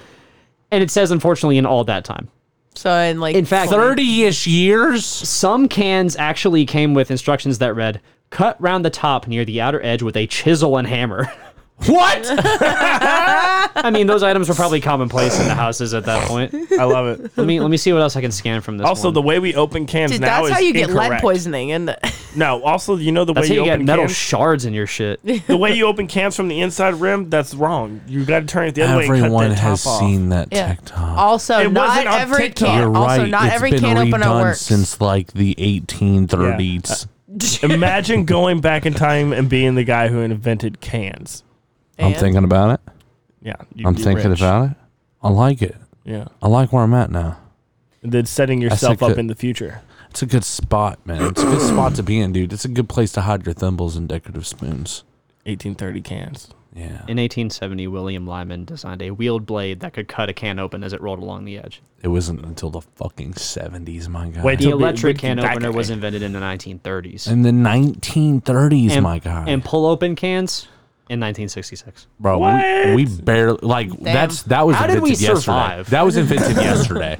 S4: And it says, unfortunately, in all that time.
S2: So in like
S4: In fact,
S1: 30-ish years?
S4: some cans actually came with instructions that read, "Cut round the top near the outer edge with a chisel and hammer." <laughs>
S2: <laughs>
S1: What?
S4: I mean, those items were probably commonplace in the houses at that point.
S5: I
S4: <laughs>
S5: love it.
S4: Let me let me see what else I can scan from this.
S5: Also,
S4: one.
S5: the way we open cans
S2: Dude,
S5: now
S2: that's
S5: is
S2: how you get lead
S5: incorrect.
S2: poisoning, and <laughs>
S5: No, also, you know the way
S4: that's how
S5: you,
S4: you get
S5: open
S4: metal
S5: cans?
S4: shards in your shit.
S5: the way you open cans from the inside rim, that's wrong. You got to turn it the other way and cut
S1: Everyone
S5: that
S1: has
S5: top off.
S1: seen that
S2: Yeah.
S1: TikTok.
S2: also
S5: It
S2: not
S5: wasn't on
S2: every
S5: TikTok.
S2: can.
S1: You're
S2: Also
S1: right.
S2: not
S1: It's
S2: every
S1: been
S2: can
S1: redone
S2: opener works.
S1: since like the 1830s.
S5: <laughs> Imagine going back in time and being the guy who invented cans.
S1: I'm
S2: And-
S1: thinking about it.
S5: Yeah, you'd
S1: I'm
S5: be
S1: thinking
S5: rich.
S1: about it. I like it.
S5: yeah.
S1: I like where I'm at now.
S5: And then setting yourself
S1: like
S5: up
S1: the-
S5: in the future.
S1: It's a good spot, man. It's a good spot to be in, dude. It's a good place to hide your thimbles and decorative spoons.
S5: 1830 cans.
S1: Yeah.
S4: In 1870, William Lyman designed a wheeled blade that could cut a can open as it rolled along the edge.
S1: It wasn't until the fucking 70s, my God.
S5: Wait
S4: The
S5: till we-
S4: electric
S5: we-
S4: can
S5: back
S4: opener
S5: at
S4: was
S5: me.
S4: invented in the 1930s.
S1: in the 1930s,
S4: and,
S1: my God.
S4: And pull open cans in 1966.
S1: Bro,
S5: What?
S1: We, we barely like that's that was
S4: How did
S1: invented
S4: we
S1: yesterday.
S4: survive?
S1: That was invented
S4: <laughs>
S1: yesterday.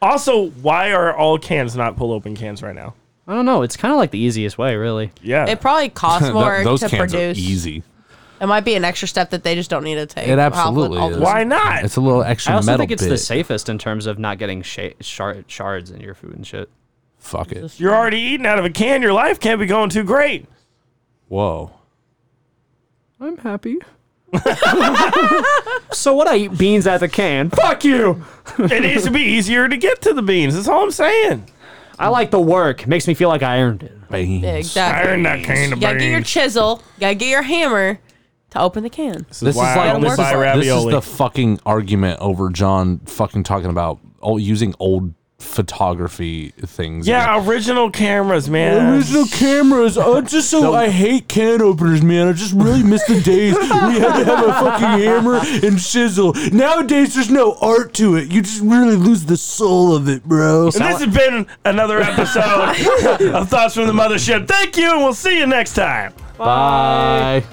S5: Also, why are all cans not pull open cans right now?
S4: I don't know. It's kind of like the easiest way, really.
S5: Yeah.
S2: <laughs> It probably costs
S1: <laughs> Th-
S2: more
S1: those
S2: to
S1: cans
S2: produce.
S1: are easy.
S2: It might be an extra step that they just don't need to take.
S1: It
S2: How-
S1: absolutely
S2: I'll-
S1: is.
S5: why not?
S1: It's a little extra
S4: I also
S1: metal
S4: think it's the
S1: bit.
S4: safest in terms of not getting sha- shard- shards in your food and shit.
S1: Fuck it.
S5: You're already eating out of a can. Your life can't be going too great.
S1: Whoa.
S4: I'm happy. so what? I eat beans at the can. Fuck you.
S5: <laughs> It needs to be easier to get to the beans. That's all I'm saying.
S4: I like the work. Makes me feel like I earned it.
S1: Beans.
S2: Yeah, exactly.
S5: Iron that can of
S2: You gotta get your
S5: beans.
S2: chisel. You gotta get your hammer to open the can.
S1: This is
S5: why I
S1: like
S5: only
S1: this is,
S5: buy
S1: this is
S5: ravioli.
S1: the fucking argument over John fucking talking about oh, using old photography things.
S5: Yeah, original cameras, man.
S1: Original cameras. Oh, just so I hate can openers, man. I just really miss the days we had to have a fucking hammer and chisel. Nowadays, there's no art to it. You just really lose the soul of it, bro.
S5: And this has been another episode of Thoughts from the Mothership. Thank you, and we'll see you next time.
S4: Bye.